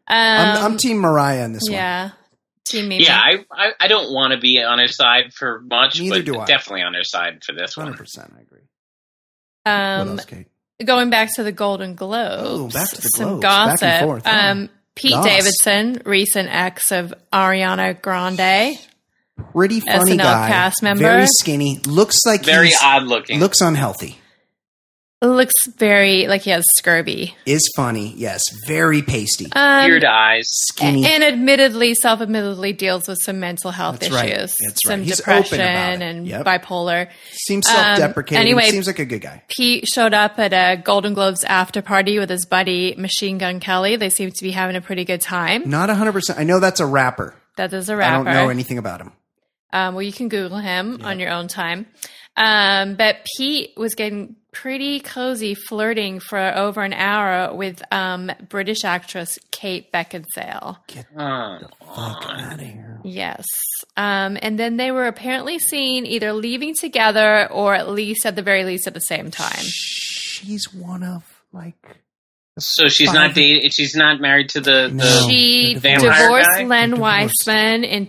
Um, I'm, I'm Team Mariah in this one. yeah. Team me. Yeah, I, I, I don't want to be on her side for much, Neither but do I. definitely on her side for this one. 100%. I agree. what um, else, Kate? going back to the Golden Globes, Oh, back to the some Globes. gossip. Back and forth, huh? Um, Pete Goss. Davidson, recent ex of Ariana Grande. Pretty funny SNL guy. cast member. Very skinny. Looks like Very he's- odd looking. Looks unhealthy. Looks very like he has scurvy. Is funny. Yes. Very pasty. Um, Weird eyes. skinny. and admittedly, self admittedly deals with some mental health That's issues, right. That's some right. He's open about depression it. and Yep. bipolar. Seems self-deprecating. um, anyway- seems like a good guy. Pete showed up at a Golden Globes after party with his buddy Machine Gun Kelly. They seem to be having a pretty good time. Not 100%. I know that's a rapper. That is a Mm. I don't rapper. know anything about him. Um, well, you can Google him on your own time. Um, but Pete was getting pretty cozy flirting for over an hour with um, British actress Kate Beckinsale. Oh, Fuck out of here. Yes. Um, and then they were apparently seen either leaving together or at least, at the very least, at the same time. She's one of like so she's not dating. She's not married to the. the No. She the vampire divorced guy? Len Divorced. Weissman in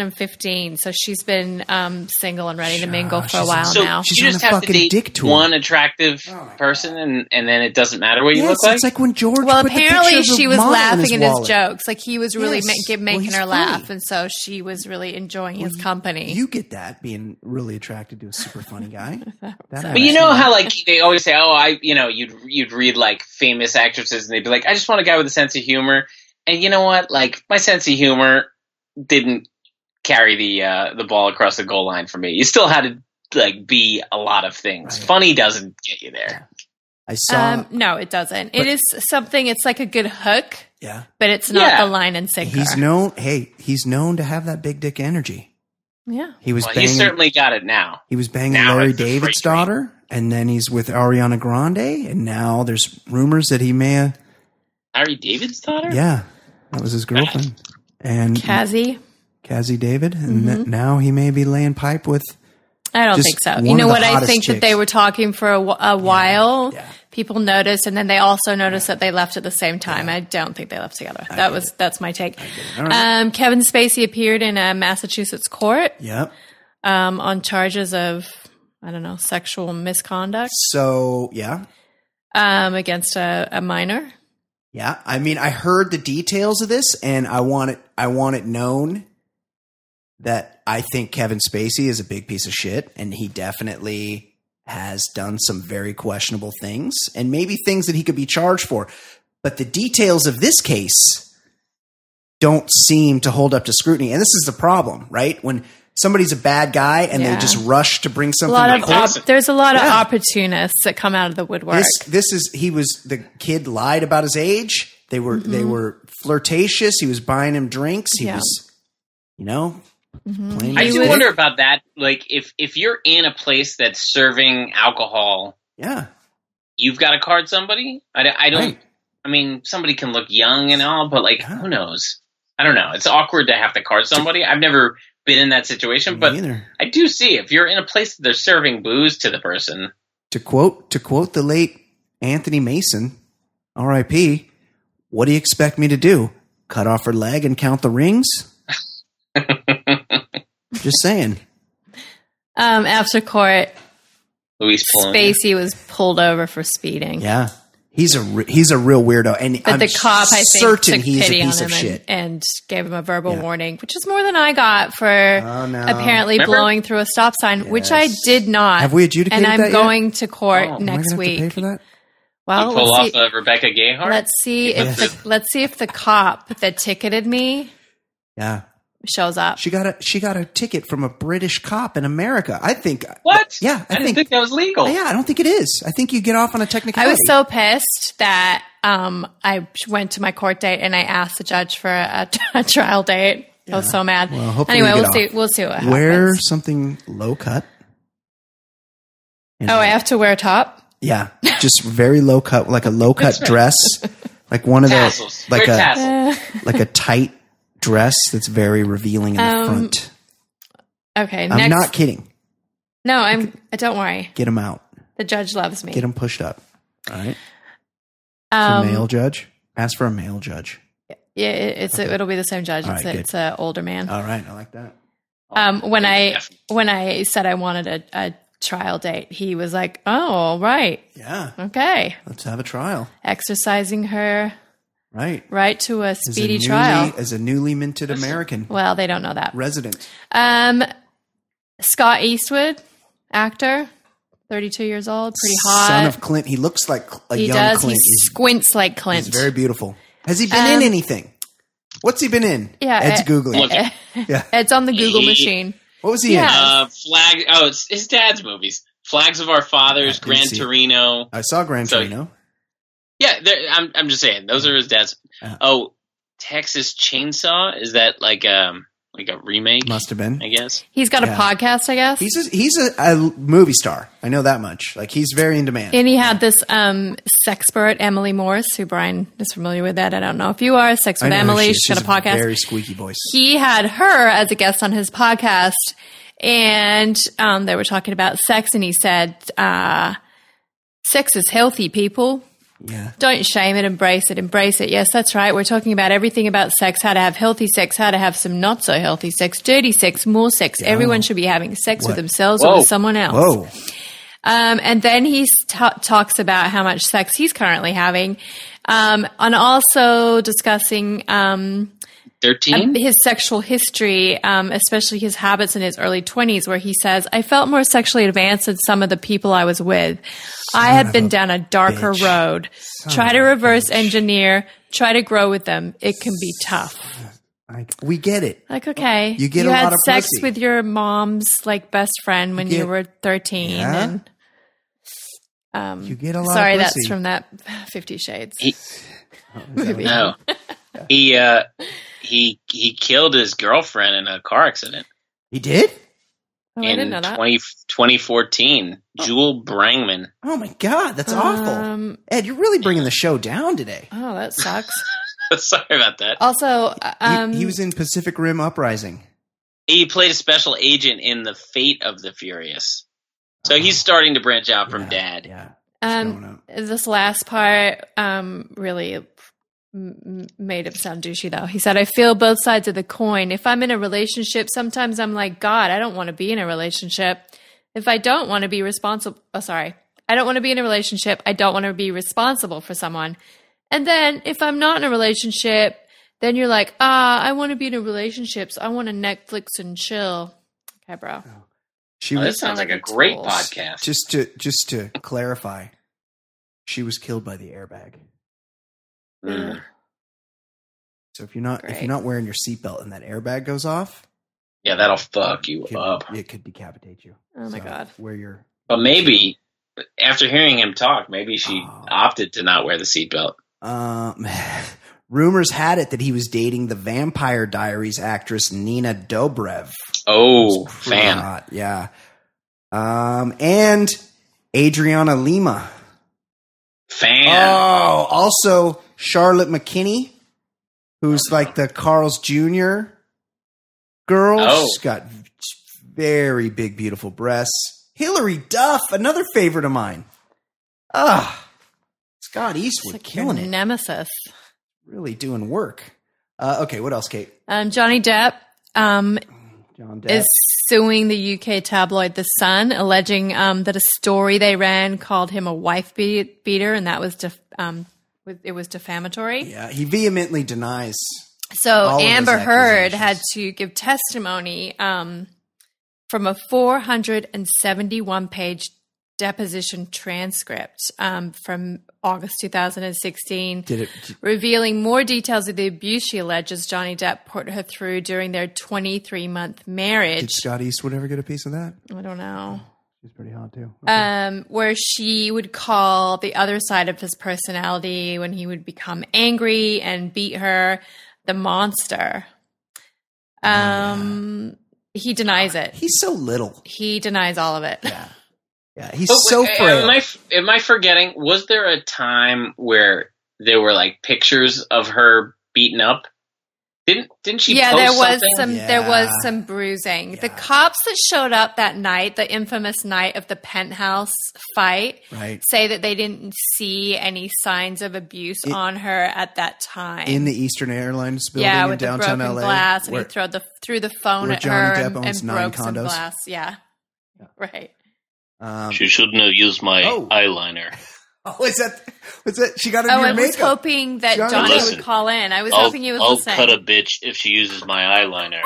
2015. So she's been um, single and ready to Sure, mingle for a she's- while So now. She's you on just a have to fucking date dick tour. one attractive Oh my God. person, and, and then it doesn't matter what you yes, look like. it's like when George. Well, put the apparently pictures of she was Ma in laughing at his wallet. jokes. Like he was really Yes. ma- get- Well, making he's her laugh, funny. and so she was really enjoying his Well, you- company. You get that being really attracted to a super funny guy. That I But you know understand. how like they always say, "Oh, I," you know, you'd you'd read like famous actresses, and they'd be like, "I just want a guy with a sense of humor." And you know what? Like my sense of humor didn't carry the uh, the ball across the goal line for me. You still had to like be a lot of things. Right. Funny doesn't get you there. I saw. um, no, it doesn't. But- it is something. It's like a good hook, yeah, but it's not Yeah. the line and sinker. he's known. Hey, he's known to have that big dick energy. yeah. He was Well, banging. you certainly got it now. he was banging now Larry it's a freight David's train. daughter, and then he's with Ariana Grande, and now there's rumors that he may. Have, Ari David's daughter. yeah, that was his girlfriend, and Cassie, Cassie David, and th- now he may be laying pipe with. I don't Just think so. one You of know the what? I hottest think that they chicks. were talking for a, wh- a while. yeah. People noticed, and then they also noticed that they left at the same time. I don't think they left together. that was that's my take. All right. Um, Kevin Spacey appeared in a Massachusetts court. Yep. um, on charges of I don't know sexual misconduct So yeah, um, against a, a minor. Yeah, I mean, I heard the details of this, and I want it. I want it known that I think Kevin Spacey is a big piece of shit, and he definitely has done some very questionable things, and maybe things that he could be charged for. But the details of this case don't seem to hold up to scrutiny, and this is the problem, right? When somebody's a bad guy and Yeah. they just rush to bring A something lot to of court, op- there's a lot of Yeah. opportunists that come out of the woodwork. this this is he was the kid lied about his age. They were they were flirtatious. He was buying him drinks. He Mm-hmm. Yeah. Mm-hmm. was, you know, playing. I with He do his was- wonder dick. about that. Like if if you're in a place that's serving alcohol Yeah, you've got to card somebody. I, d- I don't. Right. I mean, somebody can look young and all, but like, Yeah. who knows? I don't know. It's awkward to have to card somebody. I've never been in that situation, but either. I do see if you're in a place that they're serving booze to the person. To quote to quote the late Anthony Mason, R.I.P. What do you expect me to do? Cut off her leg and count the rings? Just saying. Um, after court, Luis Polonia. Spacey was pulled over for speeding. Yeah, he's a re- he's a real weirdo, and But I'm the cop, I think, certain took he's pity a piece on of him and, shit. and gave him a verbal Yeah. warning, which is more than I got for Oh, no. apparently Remember? blowing through a stop sign, which I Yes. did not. Have we adjudicated And I'm that yet? going to court Oh, am I Am I next gonna have to week. pay for that? Well, pull Oh, let's off see. of Rebecca Gayheart. Let's see Yeah. if the, let's see if the cop that ticketed me Yeah, shows up. She got a she got a ticket from a British cop in America. I think what? Yeah, I, I, didn't think, Oh, think that was legal. yeah, I don't think it is. I think you get off on a technical. I was so pissed that um, I went to my court date and I asked the judge for a, a trial date. I was so mad. Well, hopefully anyway, we get we'll see. We'll see off. what happens. Wear something low cut. And, Oh, I have to wear a top. yeah, just very low cut, like a low cut dress, like one of Tassels. those, like Wear a tassels. like a tight dress that's very revealing in the Um, front. Okay, I'm next. not kidding. no, I'm. Don't worry. Get them out. The judge loves me. Get them pushed up. All right. The Um, male judge. Ask for a male judge. yeah, it, it's it'll be the same judge. All it's right, a, good. Uh, it's an older man. All right, I like that. um, Oh, when I definitely. when I said I wanted a, a trial date, he was like, "Oh, all right, Yeah, okay." let's have a trial. Exercising her Right. right to a As a speedy newly- trial. as a newly minted American Well, they don't know that. resident. Um, Scott Eastwood, actor, thirty-two years old, pretty hot. Son of Clint. He looks like cl- a he young does. Clint. He squints like he's, Clint. he's very beautiful. Has he been in Um, anything? What's he been in? Yeah, Ed's uh, googling. Look, yeah, it's on the Google He- machine. what was he yeah. Uh, in? flag. Oh, it's his dad's movies. Flags of Our Fathers, I didn't Gran see it. Torino. I saw Gran so- Torino. Yeah, they're- I'm. I'm just saying those are his dad's. Uh-huh. Yeah. Oh, Texas Chainsaw is that like um like a remake? Must have I been. guess. He's got Yeah. a podcast, I guess. He's a, he's a, a movie star. I know that much. Like he's very in demand. and he had this um, sexpert, Emily Morris, who Brian is familiar with that. I don't know if you are. Sex I with know who Emily. she is. She's got a She's podcast. Very squeaky voice. he had her as a guest on his podcast and um, they were talking about sex and he said uh, sex is healthy people yeah. don't shame it embrace it embrace it yes that's right we're talking about everything about sex how to have healthy sex how to have some not so healthy sex dirty sex more sex everyone should be having sex What? with themselves or Whoa. with someone else Whoa. um, and then he s- ta- talks about how much sex he's currently having um, and also discussing um, Thirteen. um, his sexual history, um, especially his habits in his early 20s, where he says, I felt more sexually advanced than some of the people I was with. I had been down a darker bitch. road. try to of a reverse engineer, try to grow with them. It can be tough. I, we get it. Like, okay. You get a had lot of sex pussy. with your mom's like best friend when you, get- were 13. Yeah. And, um, You get a lot of Sorry, pussy. that's from that Fifty Shades. Oh, He- Oh, movie. No. Oh. he uh he he killed his girlfriend in a car accident He did? Oh, I didn't in know that. Oh. 20, 2014. Jewel Brangman. Oh my God, that's awful. Um, Ed, you're really bringing the show down today. oh, that sucks. Sorry about that. Also, uh, He- um, he, was in Pacific Rim Uprising. He played a special agent in The Fate of the Furious. So Oh. he's starting to branch out from Yeah, Dad. Yeah. going um, up. this last part um, really m- m- made him sound douchey, though. He said, "I feel both sides of the coin. If I'm in a relationship, sometimes I'm like, God, I don't want to be in a relationship. If I don't want to be responsible, oh, sorry, I don't want to be in a relationship. I don't want to be responsible for someone. And then if I'm not in a relationship." Then you're like, ah, I want to be in a relationship, so I want to Netflix and chill. Okay, bro. She Oh, was this sounds like a great Tools. podcast. just to just to clarify, she was killed by the airbag. Mm. So if you're not if Great. you're not wearing your seatbelt and that airbag goes off, Yeah, that'll fuck you it could, up. it could decapitate you. Oh my So God. Wear your But maybe after hearing him talk, maybe she Oh. opted to not wear the seatbelt. Um, rumors had it that he was dating the Vampire Diaries actress Nina Dobrev. Oh, Who's pretty fan. hot, yeah. Um, and Adriana Lima. Fan. Oh, also Charlotte McKinney, who's like the Carl's Jr. girl. Oh. She's got very big, beautiful breasts. Hillary Duff, another favorite of mine. Ah, Scott It's Eastwood like your killing it. nemesis. really doing work. Uh, okay, what else, Kate? Um, Johnny Depp um, John Depp. is suing the UK tabloid The Sun, alleging um, that a story they ran called him a wife be- beater, and that was def- um, was- it was defamatory. yeah, he vehemently denies. So All of those Amber Heard had accusations. to give testimony um, from a 471 page deposition transcript um, from August 2016. Did it? revealing more details of the abuse she alleges Johnny Depp put her through during their 23 month Did marriage. Scott Eastwood ever get a piece of that? I don't know. She's pretty hot too. Um, where she would call the other side of his personality Oh, when he would become angry and beat her the monster. Um, he denies it. He's so little. He denies all of it. Yeah. Yeah. He's But uh, so wait, frail. Am I, am I forgetting? Was there a time where there were like pictures of her beaten up? Didn't didn't she? yeah, post there was something? some there was Yeah. some bruising. The Yeah. cops that showed up that night, the infamous night of the penthouse fight, right. say that they didn't see any signs of abuse It- on her at that time. In the Eastern Airlines building yeah, in with the downtown broken LA. glass, and he where- threw the threw the phone where at Johnny her and, Depp owns and nine broke some condos. glass. Yeah, right. um, She shouldn't have used my Oh. eyeliner. oh, is that, was that, she got a Oh, new I was makeup. hoping that Johnny- Johnny, Listen. would call in. I was I'll, hoping he was I'll listening. cut a bitch if she uses my eyeliner.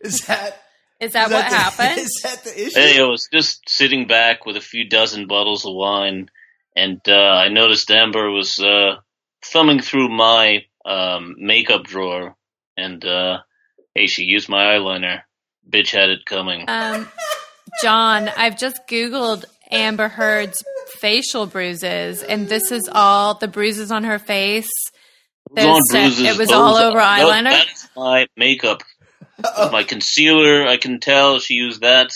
is that, Is that is what the- happened? Is that the issue? Hey, I was just sitting back with a few dozen bottles of wine, and uh, I noticed Amber was uh, thumbing through my um, makeup drawer, and uh, hey, she used my eyeliner. Bitch had it coming. Um, John, I've just Googled Amber Heard's facial bruises, and this is all the bruises on her face. Those aren't There's- bruises, it was those all are- over no, eyeliner. That's my makeup. uh, My concealer, I can tell she used that.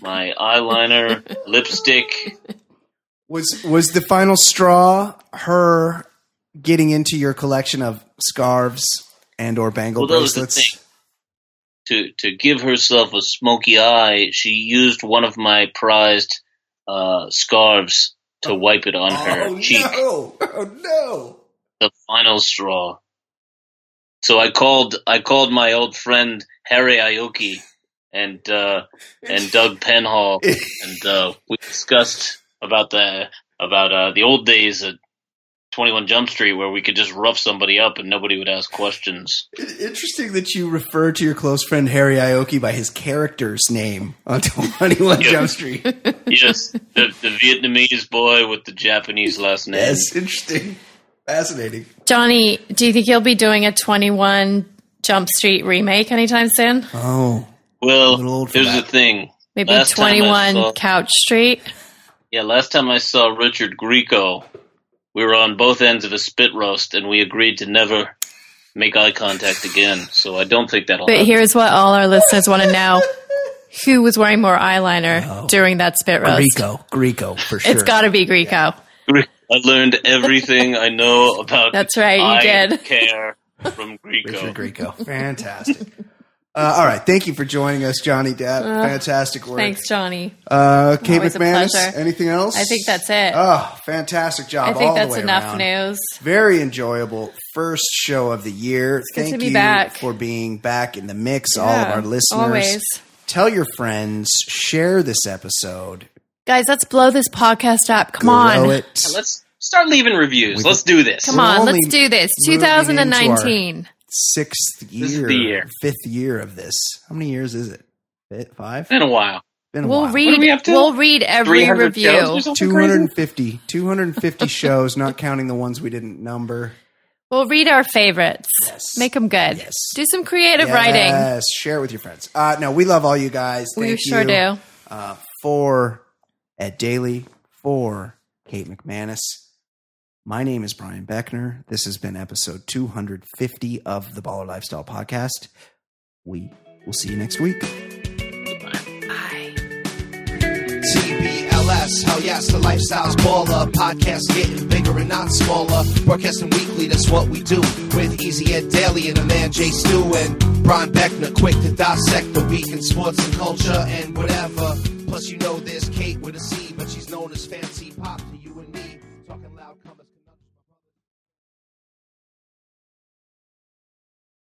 My eyeliner, lipstick. Was, was the final straw her getting into your collection of scarves and or bangle Well, that was the bracelets? thing. To to give herself a smoky eye, she used one of my prized uh, scarves to wipe it on her cheek. Oh, no! Oh no! The final straw. So I called. I called my old friend Harry Aoki and uh, and Doug Penhall, and uh, we discussed about the about uh, the old days at Twenty One Jump Street, where we could just rough somebody up and nobody would ask questions. Interesting that you refer to your close friend Harry Aoki by his character's name on 21 Yeah. Jump Street. yes, the, the Vietnamese boy with the Japanese last name. Yes, interesting. Fascinating. Johnny, do you think he'll be doing a 21 Jump Street remake anytime soon? Oh. Well, I'm a little old for here's that. the thing. Maybe Last time I 21 saw- Couch Street? Yeah, last time I saw Richard Grieco, we were on both ends of a spit roast, and we agreed to never make eye contact again. So I don't think that'll. But happen. here's what all our listeners want to know. Who was wearing more eyeliner during that spit roast? Greco. Greco, for Oh. sure. It's got to be Greco. I learned everything I know about. That's right, you eye did. Care from Grieco. Richard Greco. Fantastic. Uh, all right. Thank you for joining us, Johnny Depp. Fantastic work. Uh, Thanks, Johnny. Uh, Kate Always a McManus, pleasure. anything else? I think that's it. Oh, fantastic job. I think all the that's way enough around. news. Very enjoyable first show of the year. good Thank to be you back. for being back in the mix, all of Yeah, our listeners. always. Tell your friends, share this episode, Guys, let's blow this podcast up. Come grow on. it. Let's start leaving reviews. Let's do this. Come We're on, only let's do this. moving into our- 2019. Sixth year, This is the year. fifth year of this. How many years is it? Fi- Five? in a while. Been a We'll while. What are we read up to? we'll read every 300 shows or review. something crazy? 250, 250 shows, not counting the ones we didn't number. We'll read our favorites. Yes. Make them good. Yes. Do some creative writing. Yes, share it with your friends. Uh, no, we love all you guys. Thank We sure you. do. uh, for Ed Daily, for Kate McManus. My name is Brian Beckner. This has been episode 250 of the Baller Lifestyle Podcast. We will see you next week. TBLS, hell yes, the lifestyle's baller. Podcast getting bigger and not smaller. Broadcasting weekly, that's what we do. With Easy Ed Daily and a man Jay Stu and Brian Beckner, quick to dissect the week in sports and culture and whatever. Plus, you know there's Kate with a C, but she's known as Fancy Pop to you and me. Talking loud, coming